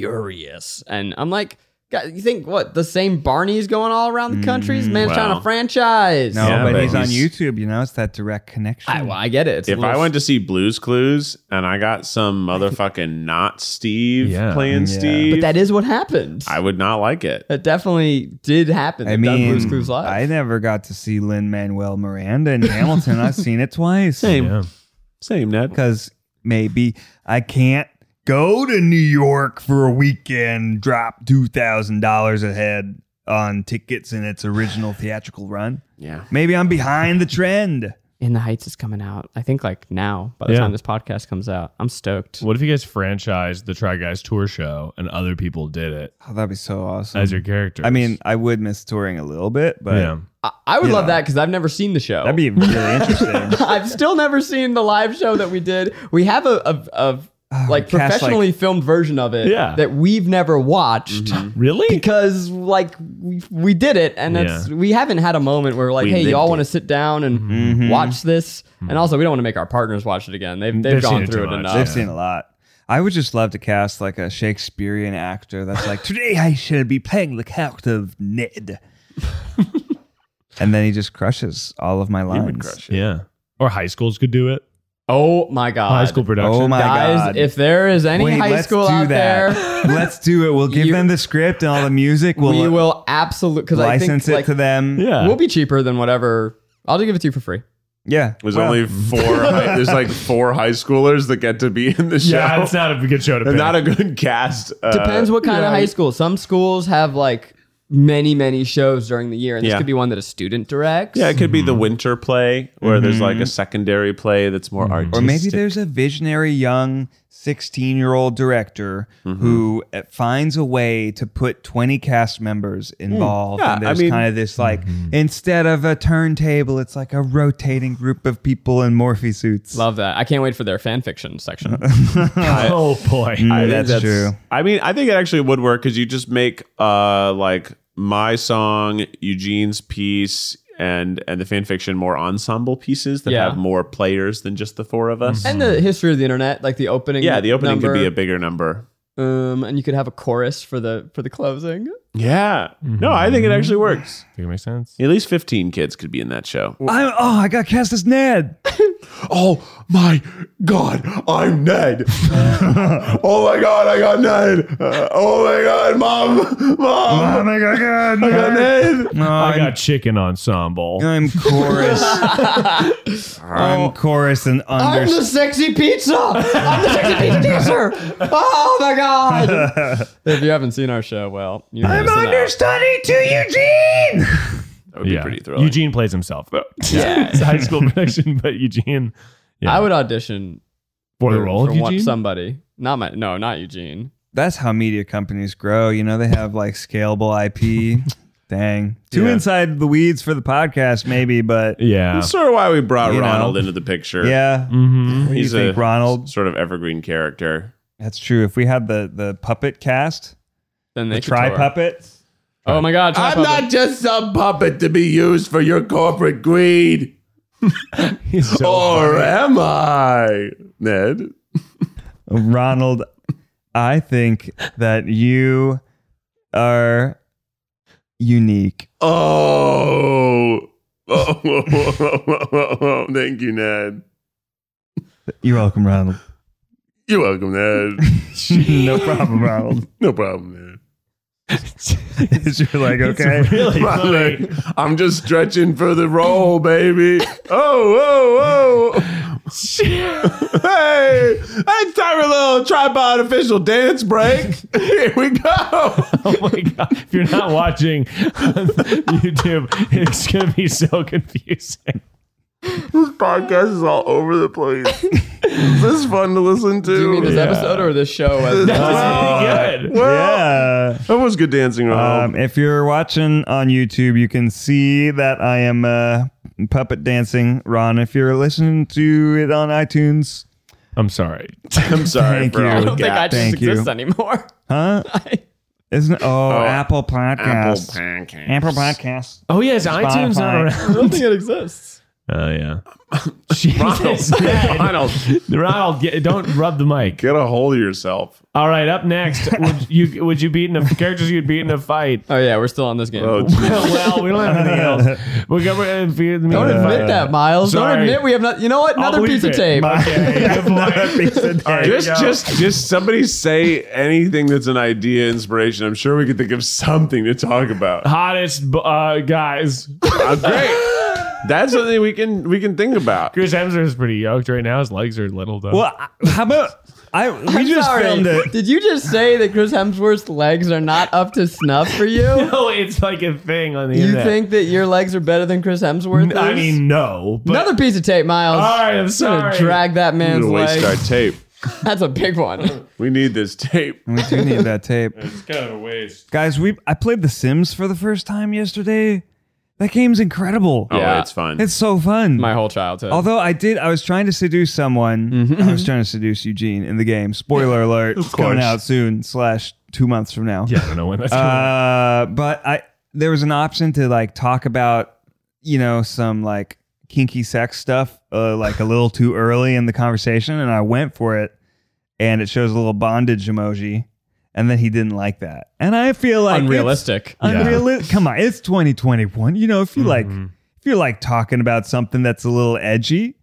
E: furious. And I'm like, God, you think what? The same Barney's going all around the country? This man's trying
B: wow.
E: to franchise.
D: No,
B: Yeah,
D: but,
B: but
D: he's, on
B: he's-
D: YouTube. You know, it's that direct connection.
E: I, well, I get it. It's a
B: if I
E: little-
B: went to see Blues Clues and I got some motherfucking not Steve
C: Yeah.
B: playing
D: Yeah.
B: Steve,
E: but that is what happened.
B: I would not like it.
E: that definitely did happen.
D: I
E: They've done
D: mean,
E: Blue's Clues Live.
D: I never got to see Lin Manuel Miranda in Hamilton. I've seen it twice
B: Same,
C: Yeah.
B: same, Ned.
D: because maybe I can't go to New York for a weekend, drop two thousand dollars a head on tickets in its original theatrical run.
B: Yeah.
D: Maybe I'm behind the trend.
E: In the Heights is coming out. I think like now. By the
C: Yeah.
E: time this podcast comes out, I'm stoked.
C: What if you guys franchised the Try Guys tour show and other people did it
D: Oh, that'd be so awesome.
C: as your characters?
D: I mean, I would miss touring a little bit, but
C: yeah.
E: I, I would
D: You
E: love
D: know.
E: that because I've never seen the show.
D: that'd be really interesting.
E: I've still never seen the live show that we did. We have a, a, a like
D: Oh, cast, like-
E: professionally filmed version of it
C: Yeah.
E: that we've never watched
D: Mm-hmm.
C: Really?
E: because like we, we did it and it's we haven't had a moment where we're like,
B: We
E: hey,
B: lived
E: y'all
B: it.
E: want to sit down and
D: Mm-hmm.
E: Mm-hmm. watch this, and also we don't want to make our partners watch it again. They've they've,
C: They've seen
E: gone
C: it
E: through
C: too
E: it
C: much.
E: enough.
D: I've Mm-hmm. seen a lot. I would just love to cast like a Shakespearean actor that's like, today I shall be playing the character of Ned. and then he just crushes all of my
B: He
D: lines.
B: would crush it.
C: Yeah. Or high schools could do it.
E: Oh my god,
C: high school production.
D: Oh my
E: guys!
D: god.
E: If there is any
D: Wait,
E: high
D: let's
E: school
D: do
E: out
D: that.
E: there.
D: let's do it. We'll give
E: You-
D: them the script and all the music. We'll
E: we will absolutely because I think
D: license it
E: like,
D: to them.
B: Uh.
C: yeah.
E: we'll be cheaper than whatever. I'll just give it to you for free.
D: Yeah.
B: There's
D: Well,
B: only four. high, there's like four high schoolers that get to be in the show.
C: yeah, it's not a good show to
B: They're
C: pick.
B: not a good cast. Uh,
E: Depends what kind of high school. Some schools have like many, many shows during the year, and this
B: Yeah.
E: could be one that a student directs.
B: Yeah, it could
D: Hmm.
B: be the winter play, where there's like a secondary play that's more artistic.
D: Mm-hmm. Or maybe there's a visionary young 16 year old director who uh, finds a way to put 20 cast members involved.
B: Yeah,
D: and
B: I
D: there's
B: mean-
D: kind of this like, instead of a turntable, it's like a rotating group of people in Morphe suits.
E: Love that. I can't wait for their fan fiction section.
B: Uh.
C: oh boy.
B: I think
D: That's true.
B: I mean, I think it actually would work because you just make uh like my song, Eugene's piece, and and the fan fiction more ensemble pieces that
E: Yeah.
B: have more players than just the four of
D: Mm-hmm.
B: us.
E: and the history of the internet, like the opening.
B: yeah, the opening could be a
E: number,
B: bigger number.
E: um, and you could have a chorus for the for the closing.
B: Yeah. No, I think it
D: Mm-hmm.
B: actually works.
C: Think it makes sense?
B: At least 15 kids could be in that show.
D: I'm, oh, I got cast as Ned.
B: Oh my God, I'm Ned. oh my God, I got Ned. Uh, oh my God, mom,
C: Oh,
B: mom,
D: my God.
B: I got Ned.
C: I got chicken ensemble.
D: I'm chorus. I'm chorus and
E: I'm
D: under.
E: the sexy pizza. I'm the sexy pizza dancer. Oh my god! if you haven't seen our show, well, you I'm
D: Understudy to Eugene.
B: That would be
C: yeah.
B: pretty thrilling. Oh.
C: Eugene plays himself though. Yeah. it's a high school production, but Eugene
E: I would audition
C: for the
E: for-
C: role
E: for
C: of
E: one-
C: Eugene.
E: somebody. Not my no, not Eugene.
D: That's how media companies grow. You know, they have like scalable IP. Dang. Too inside the weeds for the podcast, maybe, but
C: yeah.
B: That's sort of why we brought
D: You know.
B: Ronald into the picture.
D: yeah.
C: Mm-hmm.
D: What do you
B: He's
D: think,
B: a
D: Ronald?
B: sort of evergreen character.
D: That's true. If we had the the puppet cast,
E: Then they
D: the
E: could
D: tri
E: tour.
D: puppets.
E: Oh my god! tri puppet.
B: just some puppet to be used for your corporate greed. or am I, Ned?
D: Ronald, I think that you are unique.
B: Oh. Oh, whoa, whoa, whoa, whoa, whoa, whoa. thank you, Ned.
D: You're welcome, Ronald.
B: You're welcome, Ned.
D: no problem, Ronald.
B: No problem,
D: You're like, okay.
C: really
B: Ned. Ronald, I'm just stretching for the role, baby. Oh, oh, oh. hey, it's time for a little tripod official dance break. Here we go.
C: Oh my god! If you're not watching on YouTube, it's gonna be so confusing.
B: This podcast is all over the place. is this fun to listen to?
E: Do you mean this episode or this show? As
C: Pretty good.
D: Yeah.
B: That was good dancing, Ronald.
D: Um, if you're watching on YouTube, you can see that I am uh, puppet dancing, Ron. If you're listening to it on iTunes,
C: I'm sorry.
B: I'm sorry,
D: Thank
B: bro.
D: you.
E: I don't think I just
D: Thank you.
E: exist anymore.
D: Huh? Isn't oh, Apple
B: Apple
D: Podcasts.
B: pancakes.
D: Apple Podcasts.
C: Oh yeah, is iTunes not
D: Spotify.
E: I
C: around?
E: don't think it exists.
C: Oh yeah. Jesus.
B: Ronald,
C: Ronald, get, don't rub the mic.
B: get a hold of yourself.
C: All right, up next, would you would you beat in a characters you'd beat in a fight?
E: Oh yeah, we're still on this game.
B: Oh,
C: well, we don't have anything else. We're gonna,
E: don't admit that, Miles.
C: sorry.
E: Don't admit we have not. You know what? Another
C: leave
E: piece of
C: it.
E: tape.
C: Okay, good point.
B: just, just, just somebody say anything that's an idea, inspiration. I'm sure we could think of something to talk about.
C: Hottest bu- uh, guys.
B: Uh, great. That's something we can we can think about.
C: Chris Hemsworth is pretty yoked right now. His legs are little though.
D: Well, I- how about I? We
E: I'm
D: just
E: sorry.
D: filmed it.
E: Did you just say that Chris Hemsworth's legs are not up to snuff for you?
C: no, Oh, it's like a thing on the
E: you
C: internet.
E: think that your legs are better than Chris Hemsworth's?
C: I mean, no. But
E: another piece of tape, Miles.
C: All right, I'm
E: You're gonna
C: sorry.
E: Drag that
B: We're
E: man's
B: gonna waste our
E: legs.
B: tape.
E: That's a big one.
B: We need this tape. Oh,
D: We do need that tape,
C: it's kind of a waste.
D: guys. We I played The Sims for the first time yesterday. That game's incredible.
B: Oh,
E: Yeah.
B: it's fun.
D: It's so fun.
E: My whole childhood. Mm-hmm.
D: Although I did, I was trying to seduce someone. I was trying to seduce Eugene in the game. Spoiler alert! it's coming
B: course.
D: out soon slash two months from now.
C: Yeah, I don't know when that's.
D: Uh, but I there was an option to like talk about you know some like kinky sex stuff uh, like a little too early in the conversation, and I went for it, and it shows a little bondage emoji, and then he didn't like that, and I feel like it's-
E: Unrealistic.
D: Unrealistic. Come on, it's 2021. You know, if you like, if you're like talking about something that's a little edgy,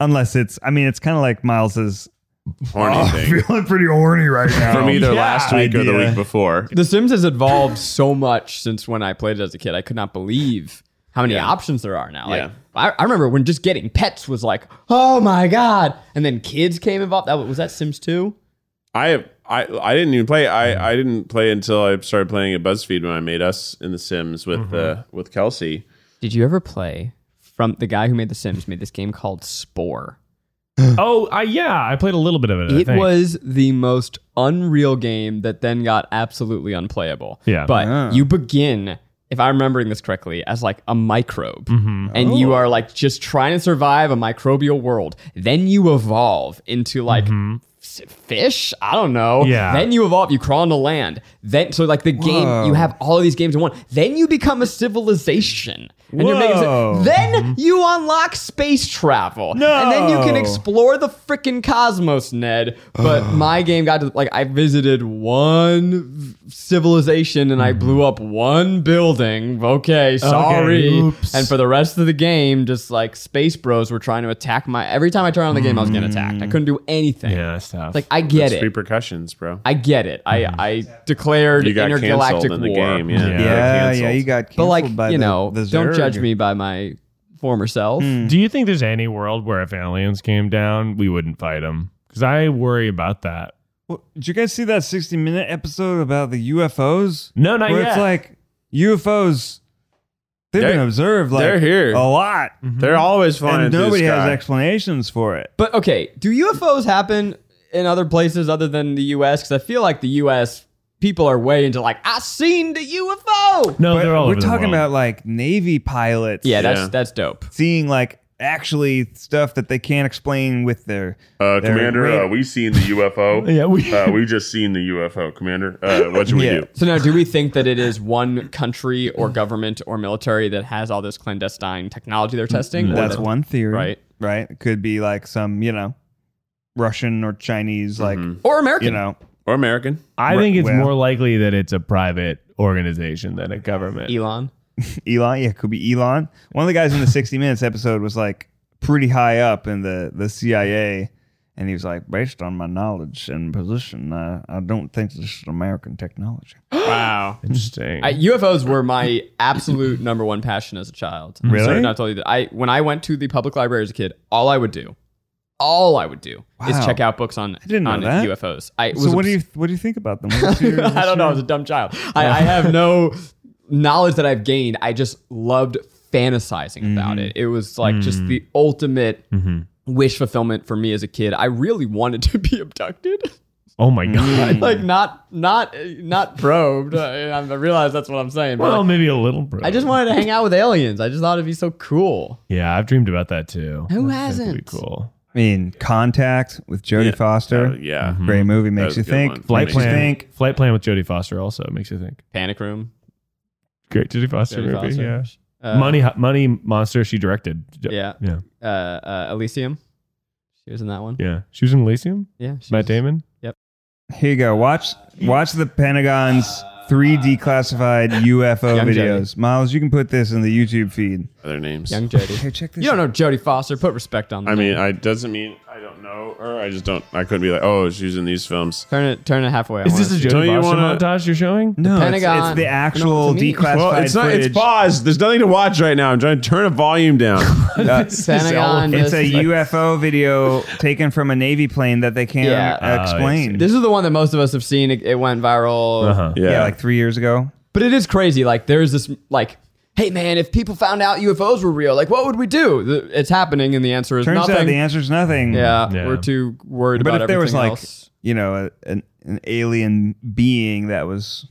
D: unless it's, I mean, it's kind of like Miles's.
B: horny thing
D: feeling pretty horny right now.
B: from either
D: Yeah.
B: last week or the
D: Idea.
B: week before.
E: The Sims has evolved so much since when I played it as a kid. I could not believe how many options there are now. Like,
B: Yeah.
E: I, I remember when just getting pets was like, oh my god, and then kids came involved. That was was that Sims Two.
B: I I I didn't even play. I I didn't play until I started playing at BuzzFeed when I made us in The Sims with
E: Mm-hmm.
B: uh, with Kelsey.
E: Did you ever play? From the guy who made The Sims made this game called Spore.
C: oh, I, yeah, I played a little bit of it. I
E: It
C: think.
E: was the most unreal game that then got absolutely unplayable.
C: Yeah.
E: But
D: Ah.
E: you begin, if I'm remembering this correctly, as like a microbe.
C: Mm-hmm.
E: And you are like just trying to survive a microbial world. Then you evolve into like s- fish. I don't know.
C: Mm-hmm. Yeah.
E: Then you evolve. You crawl onto land. Then so like the game, you have all of these games in one. Then you become a civilization. And you're making,
D: Whoa.
E: then you unlock space travel. And then you can
D: No.
E: explore the freaking cosmos, Ned. But my game got to like I visited one civilization and I blew up one building. Okay, sorry.
C: oops.
E: And for the rest of the game, just like space bros were trying to attack my every time I turned on the game, I was getting attacked. I couldn't do anything.
C: yeah, that's tough.
E: Like I get
B: It's
E: it.
B: repercussions, bro.
E: I get it. I, I declared
B: You got
E: intergalactic
B: canceled
E: war.
B: in the game. Yeah,
C: Yeah.
B: You got
D: Yeah, yeah,
B: canceled.
D: you got
E: But
D: canceled
E: like,
D: by
E: you
D: the-
E: know,
D: the
E: don't
D: Zerg.
E: judge me by my former self.
C: Do you think there's any world where if aliens came down, we wouldn't fight them? Because I worry about that.
D: Well, did you guys see that 60 minute episode about the UFOs?
C: No, not
D: Where
C: yet.
D: it's like UFOs, they've
B: They're-
D: been observed like
B: they're here.
D: a lot,
B: They're always flying
D: and
B: through the
D: nobody has
B: sky.
D: explanations for it.
E: But okay, do UFOs happen in other places other than the U.S.? Because I feel like the U.S. people are way into like I seen the UFO.
C: no,
D: But
C: they're all
D: we're
C: over the
D: talking
C: world.
D: about like Navy pilots.
E: Yeah, that's
B: Yeah.
E: that's dope.
D: seeing like actually stuff that they can't explain with their
B: Uh,
D: They're
B: Commander,
D: great.
B: uh, we seen the UFO.
C: Yeah, we-
B: uh, we just seen the UFO, Commander. Uh, what should we
D: Yeah.
B: do?
E: So now, do we think that it is one country or government or military that has all this clandestine technology they're testing? Or
D: Mm, that's
E: that-
D: one theory
E: Right.
D: right it could be like some you know russian or chinese
B: Mm-hmm.
D: like
E: Or American.
D: you know
B: Or American?
C: I think it's
D: well-
C: more likely that it's a private organization than a government.
E: Elon.
D: elon yeah it could be elon one of the guys in the 60 minutes episode was like pretty high up in the the cia and he was like based on my knowledge and position i, I don't think this is american technology
E: Wow.
C: Interesting.
E: I, UFOs were my absolute number one passion as a child.
D: Mm. Really?
E: So I told you that. I when I went to the public library as a kid, all I would do, all I would do is
D: Wow.
E: check out books on,
D: didn't know
E: on
D: that.
E: UFOs. I was
D: so what do
E: obs-
D: you what do you think about them What's your-
E: I don't know. I was a dumb child. I, I have no knowledge that I've gained. I just loved fantasizing about
C: Mm-hmm.
E: it. It was like just the ultimate wish fulfillment for me as a kid. I really wanted to be abducted.
C: oh
E: Mm.
C: my god.
E: like not not uh, not probed. I, I realize that's what I'm saying. but,
C: well,
E: like,
C: maybe a little. Bro.
E: I just wanted to hang out with aliens. I just thought it'd be so cool.
C: Yeah, I've dreamed about that too.
E: Who
C: That's- that'd be
E: hasn't?
C: cool.
D: I mean, Contact with Jodie
B: Yeah.
D: Foster.
B: Uh, yeah.
D: Great movie.
B: was
D: Makes you
B: a good
D: think.
B: one.
C: Flight
D: makes you
C: plan.
D: think.
C: Flight plan with Jodie Foster also makes you think.
E: Panic Room.
C: Great Jodie Foster
E: Jodie
C: movie.
E: Foster.
C: Yeah.
E: Uh,
C: Money Money Monster. She directed.
E: Yeah.
C: Yeah.
E: Uh, uh, Elysium. She was in that one.
C: Yeah. She was in Elysium.
E: Yeah. she
C: Matt
E: was-
C: Damon.
D: Here you go. Watch watch the Pentagon's three declassified UFO
E: Young
D: videos. Miles, you can put this in the YouTube feed.
B: Other names.
E: Young Jodie.
D: Here, check this.
E: You don't
D: out.
E: know Jodie Foster. Put respect on. The
B: I
E: name.
B: mean, I doesn't mean I don't know her. I just don't. I couldn't be like, oh, she's in these films.
E: turn it turn it halfway. I
C: Is
E: wanna
C: this a
E: see
C: Jodie
B: Don't you
C: Foster
B: wanna-
C: montage you're showing?
D: No, it's- It's,
E: Pentagon.
D: the actual
E: No, to me-
D: declassified
B: Well, it's not.
D: footage.
B: It's paused. There's nothing to watch right now. I'm trying to turn a volume down.
D: Uh,
E: Pentagon.
D: It's a
E: this-
D: UFO video taken from a Navy plane that they can't
E: Yeah.
D: uh, explain.
E: This is the one that most of us have seen. It, it went viral.
C: Uh-huh.
B: yeah.
D: yeah. like three years ago.
E: But it is crazy. Like there's this like, hey man, if people found out UFOs were real, like what would we do? Th- It's happening, and the answer is
D: Turns
E: nothing.
D: out the answer's nothing.
E: yeah,
C: Yeah.
E: we're too worried
D: But
E: about
D: if there was
E: everything
D: like,
E: else.
D: you know, a, an, an alien being that was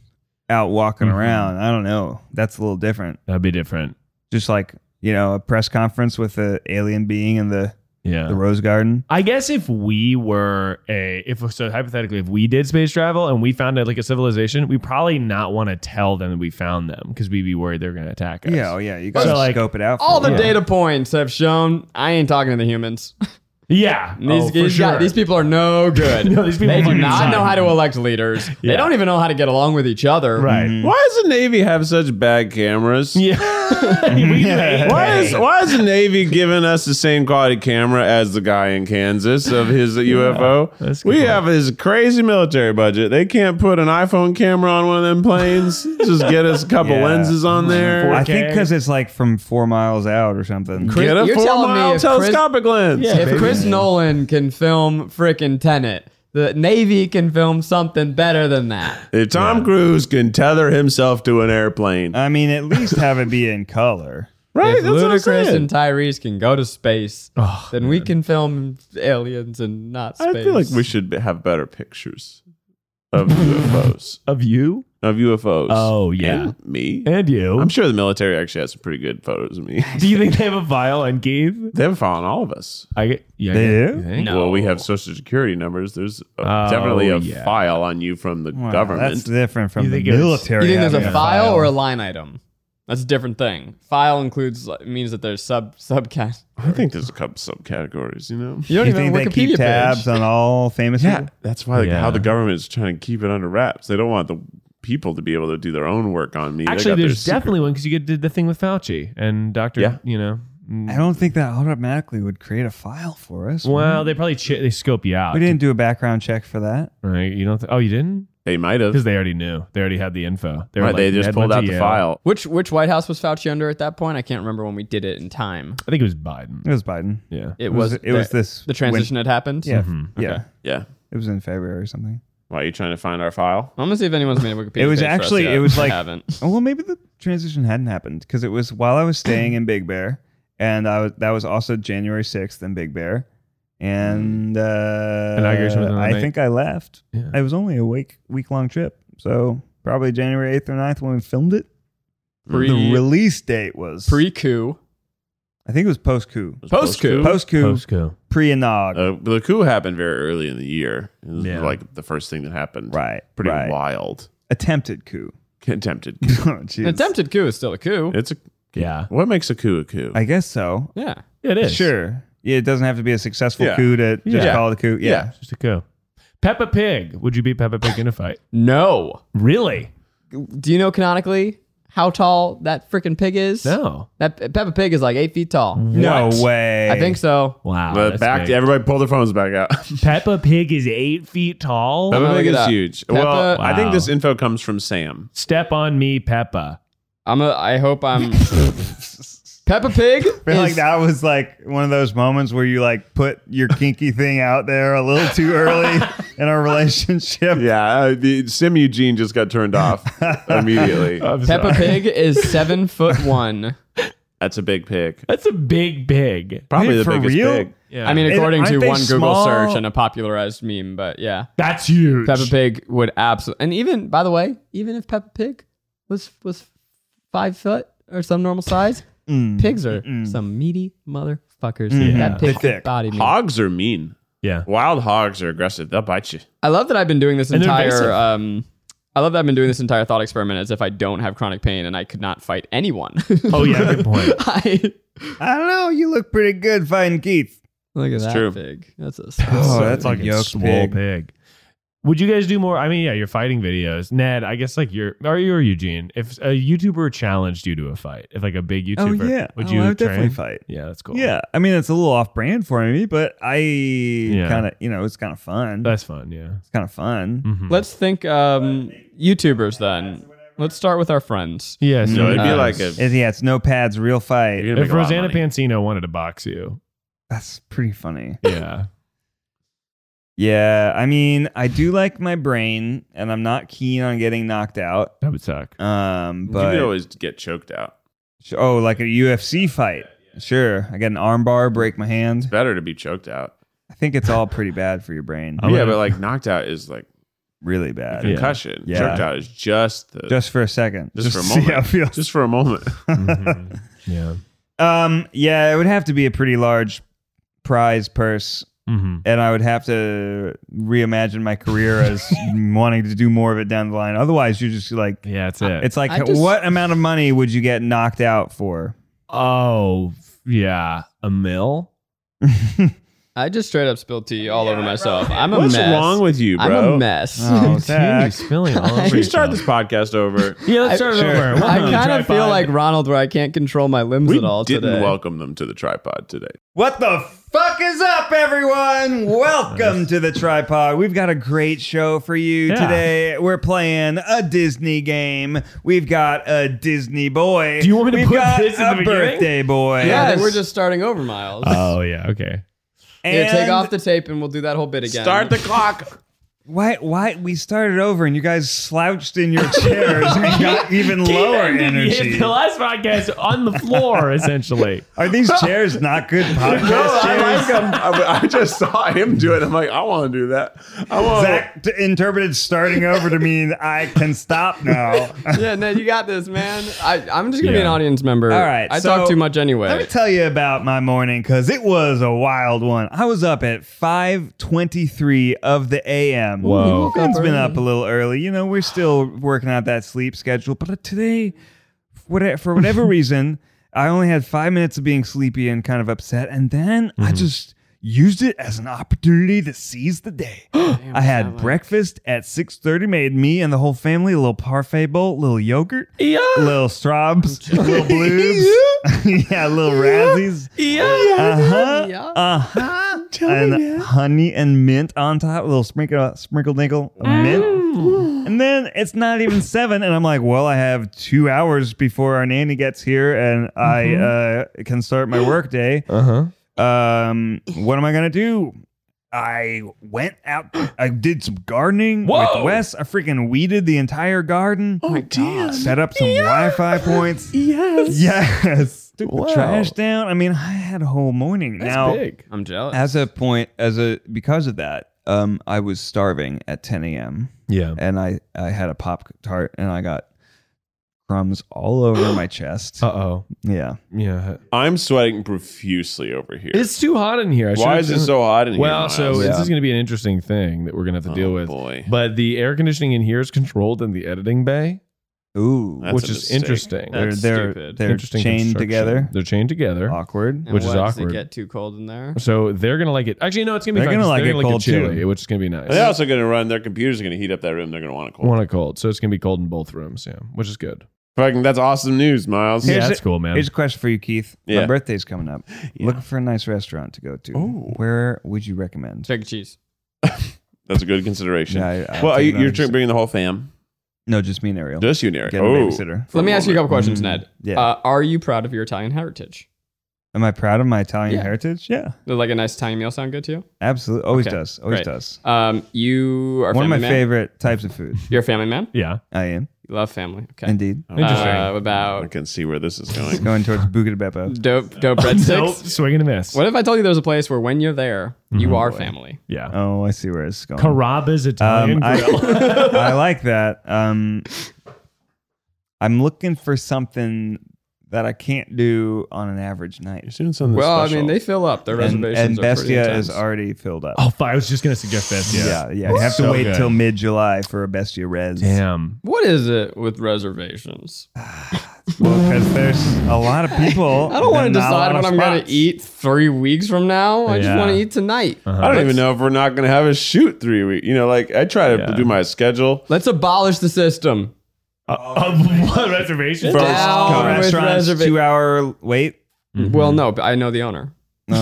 D: out walking around, I don't know. That's a little different.
C: That'd be different.
D: Just like, you know, a press conference with the alien being in the,
C: Yeah.
D: the Rose Garden.
C: I guess if we were a if so hypothetically if we did space travel and we found like a civilization, we probably not want to tell them that we found them because we'd be worried they're going to attack us.
D: Yeah, oh, yeah. You got to
C: So, like,
D: scope it out. For
E: All
D: a
E: the
D: while.
E: data points have shown I ain't talking to the humans.
C: yeah.
E: These,
C: oh, for
E: these, guys-
C: sure.
E: these people are no good.
C: No, these people
E: they do
C: fucking
E: not
C: suck.
E: know how to elect leaders. They
C: Yeah.
E: don't even know how to get along with each other.
C: right.
B: Why does the Navy have such bad cameras?
C: Yeah. We hate
B: Why is why is the Navy giving us the same quality camera as the guy in Kansas of his UFO?
C: that's a good
B: we
C: point.
B: have this crazy military budget. They can't put an iPhone camera on one of them planes. Just get us a couple
D: Yeah.
B: lenses on there.
D: I think
C: 4K.
D: because it's like from four miles out or something.
B: Get a
E: You're
B: four
E: telling me
B: mile
E: if Chris-
B: telescopic lens.
E: if Chris Nolan can film frickin' Tenet, the Navy can film something better than that.
B: If Tom Cruise can tether himself to an airplane,
D: I mean, at least have it be in color.
B: right?
E: if Ludacris and Tyrese can go to space, then we can film aliens and not
B: I
E: space.
B: feel like we should be- have better pictures of UFOs.
C: of you
B: Of UFOs.
C: Oh, yeah.
B: And me.
C: and you.
B: I'm sure the military actually has some pretty good photos of me.
C: do you think they have a vial on Gabe?
B: They've found all of us.
C: I get. Yeah, I
D: They
C: get-
D: do?
C: you think?
B: Well, we have social security numbers. There's a,
C: Oh,
B: definitely a
C: yeah.
B: file on you from the
D: Wow, That's
B: government.
D: different from
C: You
D: the
C: think it was-
D: military.
E: You think there's
D: having
E: a file, or a line item? That's a different thing. File includes means that there's sub subcat.
B: I think there's a couple subcategories, you know?
E: You don't
D: You
E: even
D: think
E: have a
D: they
E: Wikipedia
D: keep tabs
E: page.
D: on all famous people?
B: That's why like,
C: Yeah.
B: how the government is trying to keep it under wraps. They don't want the people to be able to do their own work on me. They
C: Actually,
B: got their
C: there's
B: secret-
C: definitely one because you did the thing with Fauci and Doctor.
B: Yeah.
C: You know.
D: I don't think that automatically would create a file for us.
C: Well, they probably ch- they scope you out.
D: we didn't do a background check for that.
C: Right? You don't. Th- oh, you didn't.
B: They might have.
C: Because they already knew. They already had the info. They, were
B: Right,
C: like,
B: they just
C: Ned
B: pulled
C: went
B: out
C: to
B: the
C: Yale.
B: file.
E: Which which White House was Fauci under at that point? I can't remember when we did it in time.
C: I think it was Biden.
D: It was Biden.
C: Yeah. Mm-hmm.
E: It
D: It was
E: was
D: it was
E: the,
D: this
E: the transition had happened.
D: win- yeah, yeah.
B: Yeah.
D: It was in February or something.
B: Why are you trying to find our file?
E: I'm gonna see if anyone's made a Wikipedia.
D: It was
E: page for us
D: actually-
E: yet.
D: it was
E: I
D: like-
E: haven't.
D: Oh, well, maybe the transition hadn't happened because it was while I was staying in Big Bear, and I was that was also January sixth in Big Bear, and uh,
C: Inauguration was on the
D: I
C: night.
D: think I left.
C: Yeah.
D: It was only a week week long trip, so probably January eighth or 9th when we filmed it. the
E: Pre
D: release date was
E: pre coup.
D: I think it was post coup.
E: Post coup.
D: Post coup,
C: Postco.
D: pre nog.
B: Uh, the coup happened very early in the year. It was
C: Yeah.
B: like the first thing that happened.
D: right.
B: Pretty
D: right.
B: wild.
D: Attempted coup.
B: Attempted.
D: oh, jeez.
E: An attempted coup is still a coup.
B: It's a
C: Yeah.
B: what makes a coup a coup?
D: I guess so.
E: yeah.
C: It is.
D: Sure. Yeah, it doesn't have to be a successful
B: Yeah.
D: coup to just
B: Yeah.
D: call it a coup. Yeah.
B: Yeah.
C: Just a go. Peppa Pig. Would you beat Peppa Pig in a fight?
E: No.
C: Really?
E: Do you know canonically how tall that freaking pig is?
C: No.
E: That Peppa Pig is like eight feet tall.
D: No way.
E: I think so.
C: Wow.
B: But
C: that's
B: back
C: big.
B: everybody pull their phones back out.
C: Peppa Pig is eight feet tall.
B: Peppa
E: gonna
B: Pig
E: look it
B: is
E: up.
B: huge.
E: Peppa-
B: well, I think
C: Wow.
B: this info comes from Sam.
C: Step on me, Peppa.
E: I'm. A, I hope I'm. Peppa Pig.
D: I feel like
E: is-
D: that was like one of those moments where you like put your kinky thing out there a little too early in our relationship.
B: Yeah, uh, the Sim Eugene just got turned off immediately.
C: I'm
E: Peppa
C: sorry.
E: Pig is seven foot one.
B: That's a big pig.
C: That's a big pig.
B: Probably the
D: for
B: biggest
D: real?
B: pig.
C: Yeah.
E: I mean,
D: And
E: according to
D: aren't they
E: one Google
D: small?
E: search and a popularized meme, but yeah,
C: that's huge.
E: Peppa Pig would absolutely. And even, by the way, even if Peppa Pig was was five foot or some normal size, pigs are some meaty motherfuckers. fuckers.
C: Mm. Mm-hmm. Yeah.
E: That
D: They're
E: pig
D: thick.
E: body me.
B: Hogs are mean.
C: Yeah.
B: Wild hogs are aggressive. They'll bite you.
E: I love that I've been doing this
C: And they're invasive.
E: entire. Um, I love that I've been doing this entire thought experiment as if I don't have chronic pain and I could not fight anyone.
C: Oh yeah, good point.
E: I,
D: I don't know. You look pretty good fighting Keith.
E: look at that
B: true.
E: pig. That's a.
D: Oh, that's a
C: fucking
D: yoke
C: swole
D: pig.
C: Would you guys do more? I mean, yeah, your fighting videos, Ned. I guess like your or you or Eugene, if a YouTuber challenged you to a fight, if like a big YouTuber, would
D: Oh,
C: you
D: I would
C: train?
D: definitely fight.
C: Yeah, that's cool.
D: Yeah, I mean it's a little off brand for me, but I kind of you know it's kind of fun.
C: that's fun. Yeah,
D: it's kind of fun.
C: Mhm.
E: Let's think um, YouTubers then. Let's start with our friends.
C: yeah.
B: So
C: So
B: it'd be
E: Uh,
B: like
C: Mm.
B: a.
D: It's- yeah, it's no pads, real fight.
B: You're gonna
C: if
B: make a lot of
C: Rosanna
B: money.
C: Pansino wanted to box you,
D: That's pretty funny.
C: yeah,
D: Yeah, I mean I do like my brain, and I'm not keen on getting knocked out.
C: that would suck.
D: Um,
B: you could
D: but
B: always get choked out.
D: oh, like a UFC fight. Sure, I get an armbar, break my hand.
B: Better to be choked out.
D: I think it's all pretty bad for your brain.
C: I'm
B: yeah,
C: gonna-
B: but like knocked out is like
D: Really bad.
C: Yeah.
B: concussion.
D: Yeah.
B: Choked out is just the
D: Just for a second.
B: Just for a
D: See
B: moment.
D: how it feels.
B: just for a moment.
C: Mhm. Yeah.
D: Um, yeah, it would have to be a pretty large prize purse,
C: hmm
D: and I would have to reimagine my career as wanting to do more of it down the line. Otherwise, you're just like,
C: Yeah, that's it.
D: Uh, it's like,
E: I just-
D: what amount of money would you get knocked out for?
C: oh yeah, a mill.
E: I just straight up spilled tea all over myself. I'm a
B: What's
E: mess.
B: wrong with you, bro?
E: I'm a mess.
D: Oh,
C: You're
D: Zach.
C: spilling all over
E: Should
B: we start
C: yourself.
B: this podcast over.
C: Yeah, let's
E: I-
C: start it
D: Sure.
C: over.
E: I
C: Welcome to
E: kind of
C: Tripod.
E: feel like Ronald, where I can't control my limbs
B: we
E: at all
B: didn't
E: today.
B: welcome them to the tripod today.
D: What the fuck is up, everyone? Welcome to the tripod. We've got a great show for you
C: Yeah.
D: today. We're playing a Disney game. We've got a Disney boy.
C: Do you want me to
D: We've
C: put
D: got
C: this in
D: a
C: the beginning?
D: birthday boy?
E: yeah, I think
D: Yes.
E: we're just starting over, Miles.
B: Uh,
C: Oh yeah, okay.
E: Here, take
D: And-
E: off the tape and we'll do that whole bit again.
B: Start the clock.
D: Why? Why we started over and you guys slouched in your chairs and got even lower energy?
C: The last podcast on the floor, essentially.
D: Are these chairs not good podcast
B: Oh,
D: chairs?
B: I, I just saw him do it. I'm like, I want to do that. I want.
D: Zach t- interpreted starting over to mean I can stop now.
E: yeah, no, you got this, man. I, I'm just gonna be an
C: Yeah.
E: audience member.
D: All right,
E: I
D: so-
E: talk too much anyway.
D: Let me tell you about my morning because it was a wild one. I was up at 5:23 of the a.m.
C: Whoa.
E: woke
D: Ben's
E: up
D: been
E: early.
D: up a little early. You know, we're still working out that sleep schedule, but today, what- for whatever reason, I only had five minutes of being sleepy and kind of upset, and then
C: Mm-hmm.
D: I just used it as an opportunity to seize the day. I had breakfast at 6:30, made me and the whole family a little parfait bowl, little yogurt,
C: Yeah.
D: little straubs, little bloobs, yeah, little razzies, uh
E: Yeah.
D: huh, uh huh, and honey and mint on top, a little sprinkle, sprinkle dinkle of mint, and then it's not even seven, and I'm like, well, I have two hours before our nanny gets here, and I uh, can start my work day.
C: Uh huh.
D: Um, what am I gonna do? I went out. I did some gardening
C: Whoa.
D: with Wes. I freaking weeded the entire garden.
B: Oh, damn.
D: Set up some Wi-Fi points.
C: Yes.
D: Yes. Took
C: Wow.
D: the trash down. I mean, I had a whole morning. now,
C: big.
E: I'm jealous.
D: as a point, as a because of that, um, I was starving at 10 a.m.
C: Yeah.
D: and I I had a pop tart and I got crumbs all over my chest.
C: Uh oh.
D: Yeah.
C: Yeah.
B: I'm sweating profusely over here.
C: It's too hot in here. I
B: Why
C: should've
B: is it
C: done-
B: so hot in
C: Well,
B: here? Miles?
C: so this is going to be an interesting thing that we're going to have to deal
B: Oh,
C: with.
B: boy.
C: But the air conditioning in here is controlled in the editing bay,
D: Ooh.
B: That's
C: which
B: a
C: is
B: mistake.
C: interesting.
E: That's
D: they're they're,
E: stupid.
D: they're
C: interesting
D: chained
C: construction.
D: together.
C: They're chained together.
D: Awkward.
E: And
C: which is
E: what, does
C: awkward.
E: It get too cold in there.
C: So they're going to like it. Actually, no, it's going to be
D: They're
C: fine,
D: gonna
C: 'cause
D: like it
C: they're gonna
D: cold,
C: chilly,
D: too.
C: which is going to be nice.
B: They're also going to run. Their computers are going to heat up that room. They're going to want to cool.
C: want it cold, so it's going to be cold in both rooms. Yeah, which is good.
B: Fucking, that's awesome news, Miles.
D: Here's
C: yeah,
D: a-
C: that's cool, man.
D: Here's a question for you, Keith.
B: Yeah.
D: My birthday's coming up. Looking for a nice restaurant to go to. Where would you recommend?
E: Check cheese.
B: That's a good consideration.
D: Yeah, I- I
B: well, are you,
D: totally
B: you're
D: understand.
B: bringing the whole fam.
D: No, just me and Ariel.
B: Just you, Oh. Eric.
D: Get a babysitter.
E: Let me ask you a couple questions, Ned.
D: Mm, yeah.
E: Uh, are you proud of your Italian heritage?
D: Am I proud of my Italian
E: Yeah.
D: heritage? Yeah,
E: Does, like a nice Italian meal sound good to you?
D: absolutely. Always
E: Okay,
D: does. Always
E: great.
D: does.
E: Um, you are a
D: One of
E: family
D: my
E: man?
D: favorite types of food.
E: You're a family man.
C: yeah,
D: I am
E: You love family. Okay.
D: indeed
C: interesting.
E: Uh,
B: I
E: about
B: can see where this is going.
D: going towards Buga de Beppo.
E: dope, dope
C: nope,
E: breadsticks.
C: swing and a miss.
E: What if I told you there's a place where when you're there,
D: Mm-hmm.
E: you are family?
C: Yeah,
D: Oh, I see where it's going.
C: Carrabba's Italian
D: Um, I,
C: Grill.
D: I like that. Um, I'm looking for something that I can't do on an average
B: You're
D: night.
B: doing something
E: Well,
B: special.
E: I mean, they fill up. Their
D: And, and
E: reservations are pretty
D: Bestia
E: intense.
D: is already filled up.
C: Oh, I was just gonna suggest Bestia.
D: yeah, yeah. You have to
C: So
D: wait
C: good.
D: till mid July for a Bestia res.
C: Damn.
E: What is it with reservations?
D: Well, because there's a lot of people.
E: I don't want to
D: and not a lot
E: decide
D: of
E: what I'm going
D: spots.
E: to eat three weeks from now. I just
C: Yeah.
E: want to eat tonight.
D: Uh-huh.
B: I don't even know if we're not going to have a shoot three weeks. You know, like I try to
C: Yeah.
B: do my schedule.
E: Let's abolish the system.
C: Uh, uh, what reservation?
B: First
E: Down
D: Come
B: come.
E: with
D: restaurants,
E: reserva-
D: two hour wait.
E: Well, no, but I know the owner.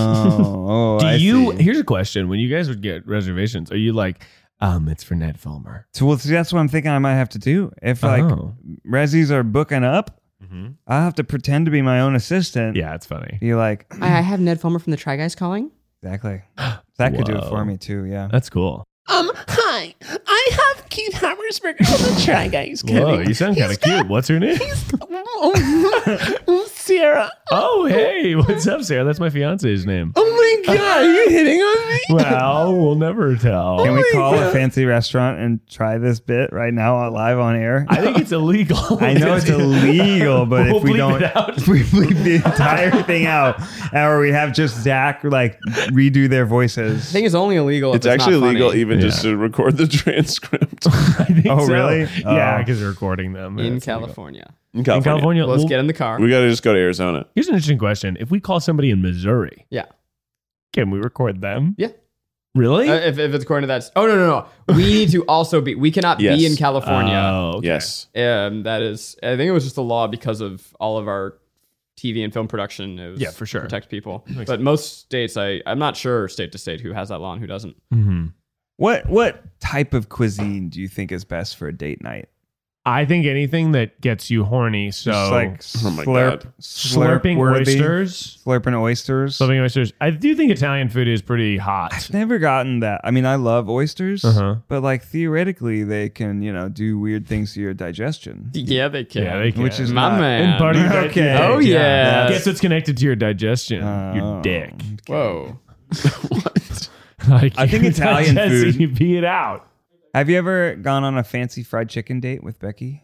D: Oh, oh
C: Do
D: I
C: you?
D: see.
C: Here's a question: When you guys would get reservations, are you like, um, it's for Ned Fulmer?
D: So, well, see, that's what I'm thinking I might have to do. If like
C: Oh.
D: Rezzies are booking up,
C: Mhm.
D: I'll have to pretend to be my own assistant.
C: Yeah, it's funny.
D: Be like,
E: I have Ned Fulmer from the Try Guys calling.
D: exactly. That could do it
C: Whoa.
D: for me too. Yeah.
C: That's cool.
G: Um, hi. I have Keith Hammersberger from the Try Guys.
C: Whoa, you sound kind of cute. What's her name?
G: Kevin. Sarah.
C: Oh, hey, what's up, Sarah? That's my fiance's name.
G: Oh my god, are you hitting on me?
C: Well, we'll never tell.
D: Can we call a fancy restaurant and try this bit right now on- live on air?
C: I think it's illegal.
D: I know it's illegal, but
C: We'll
D: if we
C: bleep
D: don't,
C: it out.
D: if we bleep the entire thing out, or we have just Zach like redo their voices.
E: I think it's only illegal. if
B: It's actually
E: not
B: legal
E: funny.
B: even just to record the transcript
C: I think
D: Oh,
C: so.
D: really?
C: Yeah,
D: Oh.
C: because they're recording them.
E: in
C: It's illegal.
E: California.
B: in
C: In
B: California.
C: California,
E: Let's
C: well,
E: get in the car.
B: We got to just go to Arizona.
C: Here's an interesting question: If we call somebody in Missouri,
E: yeah,
C: can we record them?
E: yeah.
C: Really?
E: Uh, if, if it's according to that, oh no, no, no. We need to also be. We cannot
B: Yes.
E: be in California.
C: Oh, okay.
B: Yes.
E: um, that is, I think it was just a law because of all of our TV and film production. It was
C: Yeah, for sure.
E: Protect people, but most states, I I'm not sure state to state who has that law and who doesn't.
C: Mhm.
D: What what type of cuisine do you think is best for a date night?
C: I think anything that gets you horny, so
D: Just like
B: Oh my
D: slurp,
B: God.
D: slurp
C: slurping
D: worthy.
C: oysters.
D: slurping oysters.
C: Slurping oysters. I do think Italian food is pretty hot.
D: I've never gotten that. I mean, I love oysters,
C: Uh-huh.
D: but like theoretically, they can you know do weird things to your digestion,
E: Yeah, they can.
C: Yeah, they can.
D: which is
E: My
D: not-
E: man.
C: and part of your di-
D: Okay.
C: your
E: Oh,
C: digestion.
E: yes.
C: Guess what's connected to your digestion?
D: Oh.
C: your dick.
E: Whoa.
C: Like
D: I think
C: your
D: Italian
C: digestion,
D: food-
C: You pee it out.
D: Have you ever gone on a fancy fried chicken date with Becky?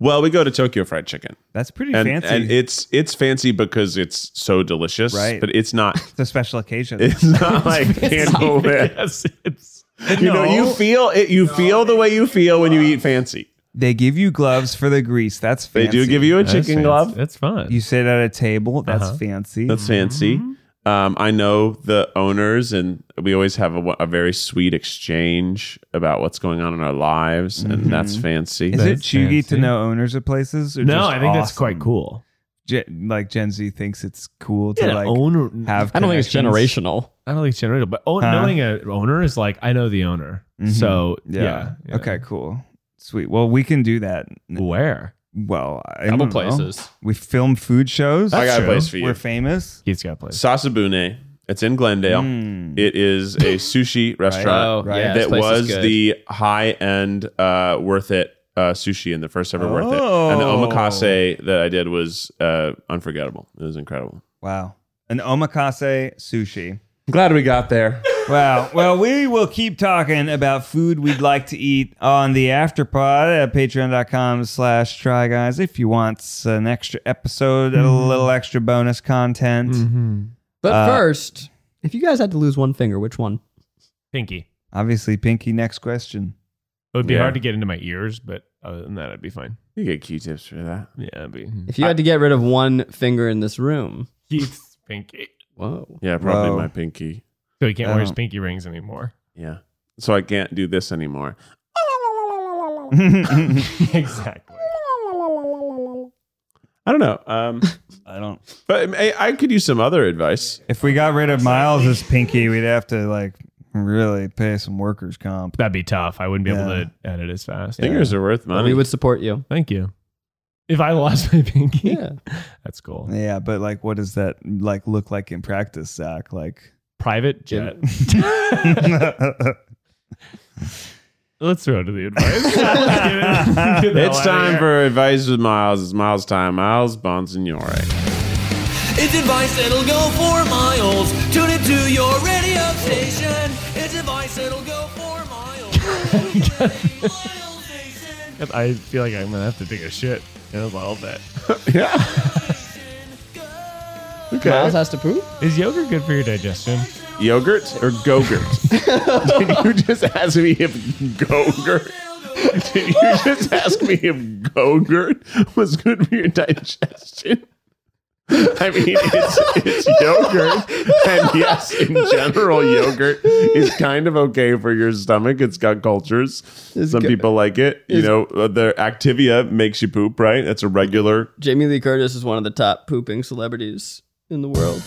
B: Well, we go to Tokyo Fried Chicken,
D: That's pretty
B: and
D: fancy.
B: and it's it's fancy because it's so delicious.
D: Right.
B: But it's not.
D: it's a special occasion.
B: It's not like
D: Oh,
B: handle it.
C: Yes, it's
B: You know, you feel it. You feel the way you feel when you eat fancy.
D: They give you gloves for the grease. That's
B: They
D: fancy.
B: do give you a chicken glove.
C: That's fun.
D: You sit at a table. That's fancy.
B: That's
E: Mm-hmm.
B: fancy. Um, I know the owners, and we always have a, a very sweet exchange about what's going on in our lives,
E: Mm-hmm.
B: and that's fancy.
D: is it
C: That's
D: chuggy
C: fancy.
D: to know owners of places? Or
C: no,
D: just
C: I think that's
D: awesome?
C: quite cool.
D: Gen, like Gen Z thinks it's cool to
C: Yeah,
D: like
C: owner.
D: have.
E: I don't think it's
D: connections.
E: generational.
C: I don't think it's generated, but own,
D: Huh?
C: knowing an owner is like I know the owner.
D: Mhm.
C: So
D: Yeah.
C: yeah. yeah.
D: Okay. Cool. Sweet. Well, we can do that.
C: Where?
D: Well, I don't
E: Couple
D: know.
E: places.
D: We film food shows.
B: I got
C: true.
B: a place for you.
D: We're famous.
C: Keith's got a place.
B: Sasabune. It's in Glendale.
D: Mm.
B: It is a sushi restaurant
E: Hmm. Oh, yeah, this
B: that
E: place is
B: was
E: good.
B: the high end uh, worth it uh, sushi and the first ever worth it. And the
D: Oh.
B: omakase that I did was uh, unforgettable. It was incredible.
D: Wow. An omakase sushi.
B: I'm glad we got there.
D: Wow. Well, we will keep talking about food we'd like to eat on the afterpod at patreon.com slash try guys if you want an extra episode, a
B: Mm-hmm.
D: little extra bonus content.
B: Mm.
C: Mm-hmm.
E: But
D: Uh,
E: first, if you guys had to lose one finger, which one?
C: Pinky.
D: Obviously, Pinky, next question.
C: It would be
B: Yeah.
C: hard to get into my ears, but other than that, I'd be fine. Mm-hmm.
B: You get Q tips for that.
C: Yeah, I'd be
E: If you had to get rid of one finger in this room,
C: Keith's pinky.
E: whoa.
B: Yeah, probably
D: Whoa.
B: my pinky.
C: So he can't wear his
D: Oh.
C: pinky rings anymore.
B: Yeah. So I can't do this anymore.
D: I
C: exactly.
B: I don't know. Um,
D: don't.
B: but I, I could use some other advice.
D: If we got rid of Miles's Pinky, we'd have to like really pay some workers' comp.
C: That'd be tough. I wouldn't be
D: Yeah.
C: able to edit as fast.
B: Fingers are worth
E: But
B: money.
E: we would support you.
C: Thank you. If I lost my pinky,
E: Yeah.
C: that's cool.
D: Yeah, but like, what does that like look like in practice, Zach? Like,
C: Private jet. Let's throw to the advice.
B: it's time for advice with Miles. It's Miles' time. Miles Bonsignore.
H: It's advice that'll go for miles. Tune it to your radio station. It's advice that'll go for miles. Miles station.
C: I feel like I'm gonna have to take a shit in a little bit.
B: Yeah.
E: Miles has to poop?
C: Is yogurt good for your digestion?
B: Yogurt or Gogurt? Did you just ask me if Gogurt? Did you just ask me if Gogurt was good for your digestion? I mean, it's, it's yogurt. And yes, in general, yogurt is kind of okay for your stomach. It's got cultures. Some people like it. You know, uh, the Activia makes you poop, right? That's a regular
E: Jamie Lee Curtis is one of the top pooping celebrities in the world.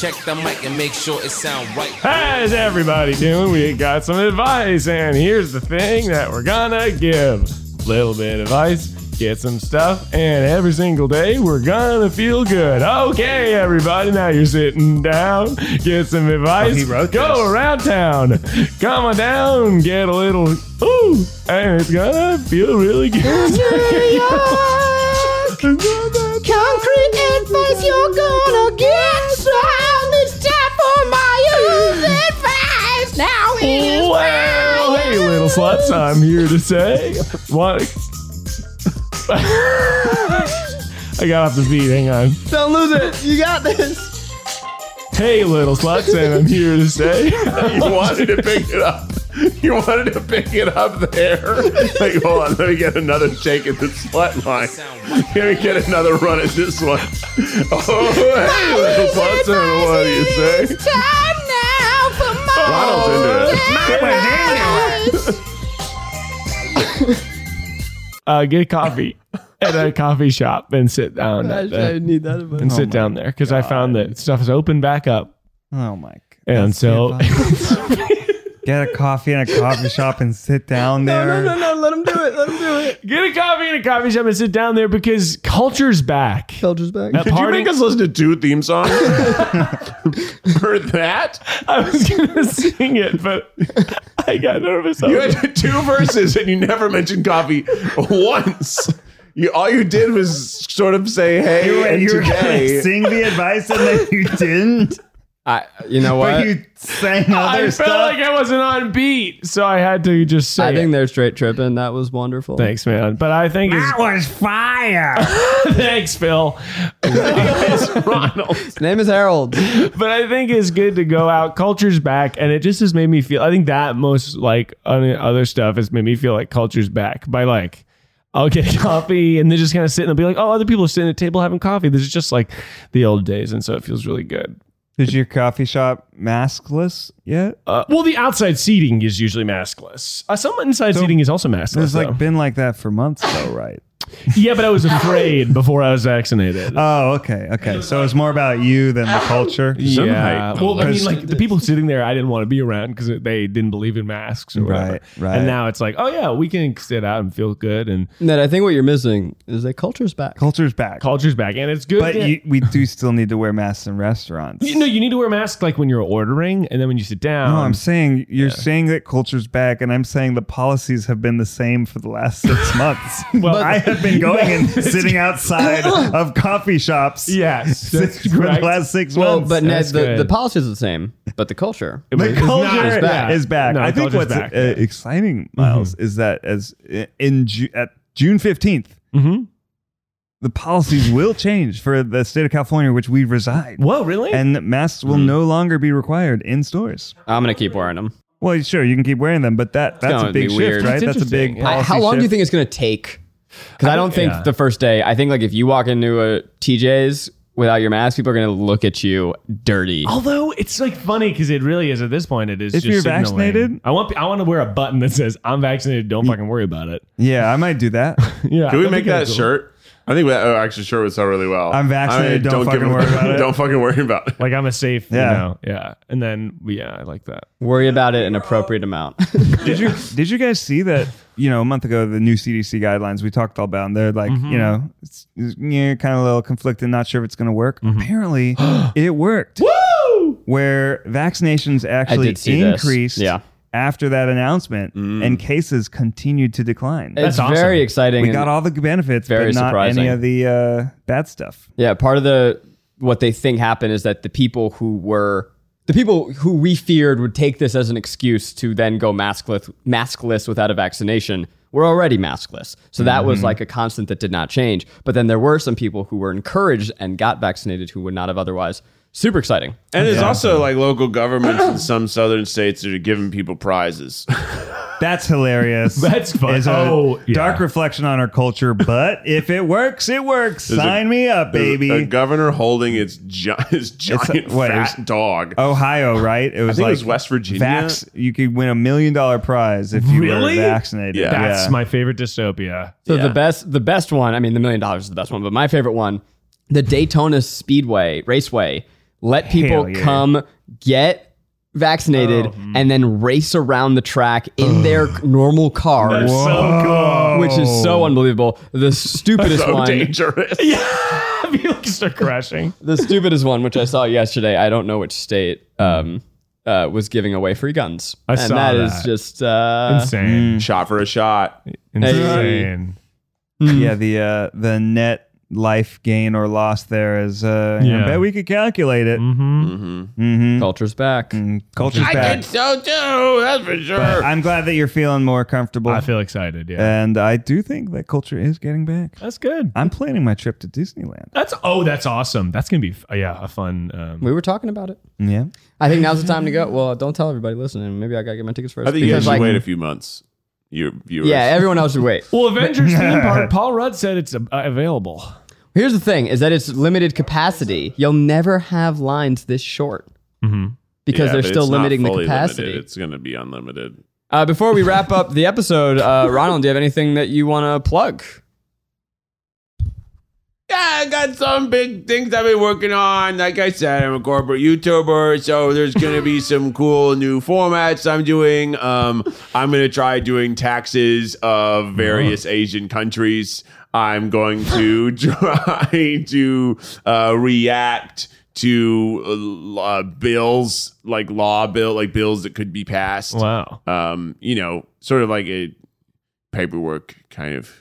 H: Check the mic and make sure it sound right.
C: How's everybody doing? We got some advice, and here's the thing that we're gonna give. Little bit of advice, get some stuff, and every single day we're gonna feel good. Okay, everybody, now you're sitting down. Get some advice.
D: Oh, he wrote
C: Go
D: this.
C: around town. Come on down, get a little ooh, and it's gonna feel really good. Concrete advice you're gonna get. it's time for my advice. Now is Well, hey, little sluts, I'm here to say. What? I got off the beat, hang on.
E: Don't lose it. You got this.
C: Hey, little sluts, and I'm here to say.
B: You wanted to pick it up. You wanted to pick it up there. Like, hold on, let me get another shake at this slut line. Let me get another run at this one. Oh, hey, little sluts, and what do you say? Ronald's into it.
C: uh, get a coffee at a coffee shop and sit down at the-
E: I need that advice.
C: and sit down there because I found that stuff is open back up.
D: Oh my god.
C: And so-
D: get a coffee in a coffee shop and sit down there.
E: No, no, no. Let him do it. Let him do it.
C: Get a coffee at a coffee shop and sit down there because culture's back.
E: Culture's back.
C: That
B: Did you
C: party-
B: make us listen to two theme songs? Heard that?
C: I was gonna sing it, but I got nervous.
B: You had two verses and you never mentioned coffee once. You, all you did was sort of say, hey,
D: You,
B: and
D: you were
B: today.
D: gonna sing the advice and then you didn't,
E: I, you know
D: but
E: what?
D: you sang other
C: I felt
D: stuff.
C: like I wasn't on beat, so I had to just say.
E: I think
C: it.
E: they're straight tripping. That was wonderful.
C: Thanks, man. But I think it's,
D: was fire.
C: thanks, Phil.
E: His name is Harold.
C: But I think it's good to go out. Culture's back, and it just has made me feel. I think that most like on the other stuff has made me feel like culture's back by like. I'll get a coffee and then just kind of sit and be like, oh, other people are sitting at a table having coffee. This is just like the old days. And so it feels really good.
D: Is your coffee shop maskless yet?
C: Uh, well, the outside seating is usually maskless. Uh, some inside seating is also maskless.
D: It's like
C: though.
D: been like that for months though, right?
C: yeah, but I was afraid before I was vaccinated.
D: Oh, okay, okay. So it's more about you than the culture.
C: Yeah. Well, I mean, like the people sitting there, I didn't want to be around because they didn't believe in masks or whatever.
D: Right, right.
C: And now it's like, oh yeah, we can sit out and feel good, and
E: Ned, I think what you're missing is that culture's back.
D: Culture's back,
C: culture's back, and it's good.
D: but
C: yeah.
D: you, we do still need to wear masks in restaurants.
C: You know, um, you need to wear a mask like when you're ordering, and then when you sit down.
D: No, I'm saying you're saying that culture's back, and I'm saying the policies have been the same for the last six months. well, I have been going and sitting outside of coffee shops.
C: yes, that's
D: since- for the
C: correct.
D: last six
E: Well,
D: months.
E: but Ned,
C: That's
E: the,
C: good.
E: the policy is the same, but the culture.
C: It
D: the
C: was- it's not
D: culture
C: as
D: is back.
C: bad. No,
D: I
C: the
D: think
C: culture's
D: what's
C: back. Mm-hmm.
D: uh, exciting, Miles, is that as in Ju- at June 15th,
C: Mhm.
D: the policies will change for the state of California, which we reside,
C: Whoa, really?
D: and masks
C: Mm-hmm.
D: will no longer be required in stores.
E: I'm gonna keep wearing them.
D: Well, sure, you can keep wearing them, but that that's
E: gonna
D: a big
E: be
D: shift,
E: weird.
D: right?
C: That's
D: That's a big
C: interesting. I-
D: policy
E: how long do you
D: shift.
E: think it's gonna take? Because I, don't think
C: yeah.
E: the first day. I think like if you walk into a TJ's without your mask, people are gonna look at you dirty.
C: Although it's like funny because it really is at this point. It is.
D: If
C: just
D: you're
C: signaling.
D: vaccinated-
C: I want. I want to wear a button that says "I'm vaccinated." Don't fucking worry about it.
D: Yeah, I might do that.
C: Yeah.
B: Can we
C: that'd be
B: make that
C: kinda cool.
B: shirt? I think that oh, actually shirt would sell really well.
D: I'm vaccinated, don't
B: give a-
D: fucking worry about it.
B: Don't fucking worry about it.
C: Like I'm a safe.
D: Yeah.
C: You know, yeah. And then yeah, I like that.
E: Worry about it an appropriate amount.
D: did you did you guys see that? You know, a month ago, the new CDC guidelines we talked all about, and they're like,
E: Mm-hmm.
D: you know, it's, it's yeah, kind of a little conflicted, not sure if it's going to work.
E: Mm-hmm.
D: Apparently, it worked.
C: Woo!
D: Where vaccinations actually
E: did see this.
D: increased
E: Yeah. Mm.
D: after that announcement, and cases continued to decline.
E: it's
C: awesome.
E: very exciting.
D: we
E: and-
D: got all the benefits,
E: very
D: but not
E: surprising.
D: any of the uh, bad stuff.
E: Yeah, part of the what they think happened is that the people who were the people who we feared would take this as an excuse to then go maskless maskless without a vaccination were already maskless. So that was like a constant that did not change. But then there were some people who were encouraged and got vaccinated who would not have otherwise. Super exciting.
B: And it's also like local governments in some southern states that are giving people prizes.
D: That's hilarious.
I: That's fun.
D: It's a
I: Oh, yeah.
D: dark reflection on our culture, but if it works, it works.
B: a-
D: Sign me up, baby.
B: A governor holding its, gi- its giant
D: what, it
B: fat
D: was-
B: dog.
D: Ohio, right? It was
B: think it
D: like
B: was West Virginia.
D: Vax, you could win a million dollar prize if you
I: Really?
D: were vaccinated.
B: Yeah.
I: That's my favorite dystopia.
E: So
B: Yeah.
E: the best, the best one. I mean, the million dollars is the best one, but my favorite one, the Daytona Speedway Raceway, let people
D: yeah.
E: come get vaccinated and then race around the track in their normal cars,
I: So cool.
E: which is so unbelievable. The stupidest
B: so
E: one,
B: dangerous.
I: People start crashing.
E: the stupidest one, which I saw yesterday. I don't know which state. Um, uh, was giving away free guns,
I: I
E: and
I: saw
E: that is
I: that.
E: just uh,
I: Insane.
B: Shot for a shot.
I: Insane. Hmm.
D: Yeah, the uh, the net life gain or loss there is. Uh, you know,
I: Yeah. Mm.
D: I bet we could calculate it.
I: Mm-hmm.
E: culture's back.
D: Mm. Culture's back.
B: So too, that's for sure.
D: I'm glad that you're feeling more comfortable.
I: I feel excited. Yeah.
D: and I do think that culture is getting back.
I: that's good.
D: I'm planning my trip to Disneyland.
I: That's oh, that's awesome. That's gonna be f- yeah, a fun. Um,
E: We were talking about it.
D: Yeah.
E: I think now's the time to go. Well, don't tell everybody listening. Maybe I gotta get my tickets first.
B: I think you guys
E: Because,
B: should
E: like,
B: wait a few months. Your viewers.
E: Yeah, everyone else should wait.
I: well, Avengers theme park. Paul Rudd said it's uh, available.
E: Here's the thing: is that it's limited capacity. You'll never have lines this short because
B: Mm-hmm. Yeah,
E: they're
B: but
E: still
B: it's not
E: limiting the
B: fully
E: capacity.
B: limited. It's going to be unlimited.
E: Uh, before we wrap up the episode, uh, Ronald, do you have anything that you want to plug?
B: Yeah, I got some big things I've been working on. Like I said, I'm a corporate YouTuber, so there's going to be some cool new formats I'm doing. Um, I'm going to try doing taxes of various Asian countries. I'm going to try to uh, react to uh, uh, bills, like law bill, like bills that could be passed.
I: Wow.
B: Um, you know, sort of like a paperwork kind of.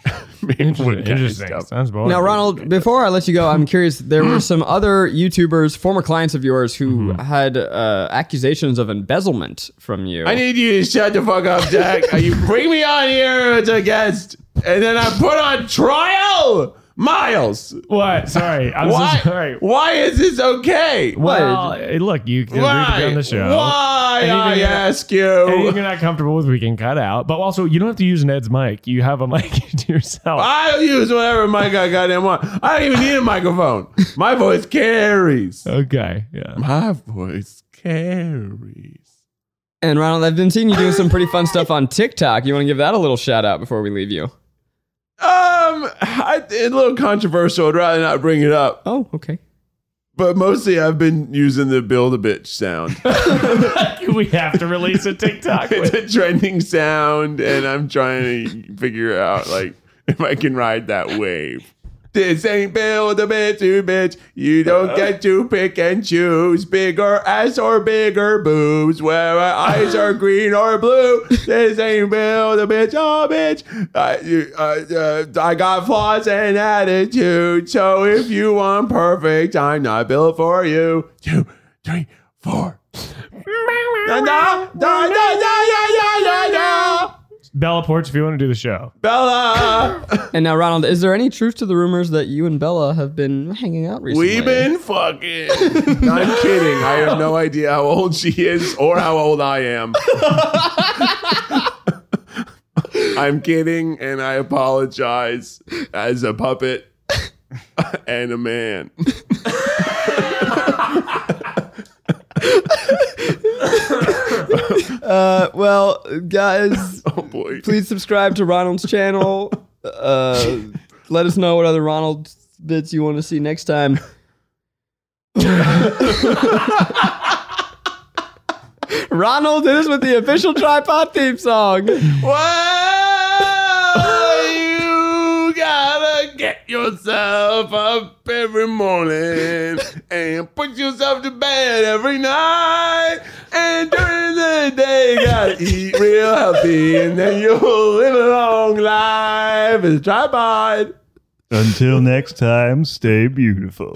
B: paperwork kind of
I: Interesting.
B: stuff.
I: Sounds boring.
E: Now, Ronald, before I let you go, I'm curious. There were some other YouTubers, former clients of yours, who
B: Mm-hmm.
E: had uh, accusations of embezzlement from you.
B: I need you to shut the fuck up, Jack. Uh, you bring me on here as a guest, and then I put on trial Miles.
I: What? Sorry, I'm
B: Why?
I: so sorry.
B: Why is this okay?
I: Well, hey, look, you can agree to be
B: Why?
I: on the show.
B: Why
I: Anything
B: I
I: you're-
B: ask
I: Anything
B: you?
I: you're not comfortable with, we can cut out. But also, you don't have to use Ned's mic. You have a mic to yourself.
B: I'll use whatever mic I goddamn want. I don't even need a microphone. My voice carries.
I: Okay. Yeah.
B: My voice carries.
E: And Ronald, I've been seeing you doing some pretty fun stuff on TikTok. You want to give that a little shout out before we leave you?
B: Um, I, it's a little controversial. I'd rather not bring it up.
E: Oh, okay.
B: But mostly, I've been using the build a bitch sound.
I: we have to release a TikTok.
B: it's a trending sound, and I'm trying to figure out like if I can ride that wave. This ain't build a bitch, you bitch. You don't get to pick and choose bigger ass or bigger boobs, where our eyes are green or blue. This ain't build a bitch, oh bitch. I, you- uh, uh, I got flaws and attitude, so if you want perfect, I'm not built for you. Two, three, four. Da, da, da, da, da, da, da, da, da.
I: Bella Porch, if you want to do the show.
B: Bella,
E: And now, Ronald, is there any truth to the rumors that you and Bella have been hanging out recently?
B: we've been fucking. I'm kidding. I have no idea how old she is or how old I am. I'm kidding, and I apologize as a puppet and a man.
E: Uh, well, guys,
B: Oh boy.
E: please subscribe to Ronald's channel. Uh, let us know what other Ronald bits you want to see next time. Ronald is with the official tripod theme song.
B: Well, you gotta get yourself up every morning and put yourself to bed every night. And during the day, you gotta eat real healthy, and then you'll live a long life as a tripod.
D: Until next time, stay beautiful.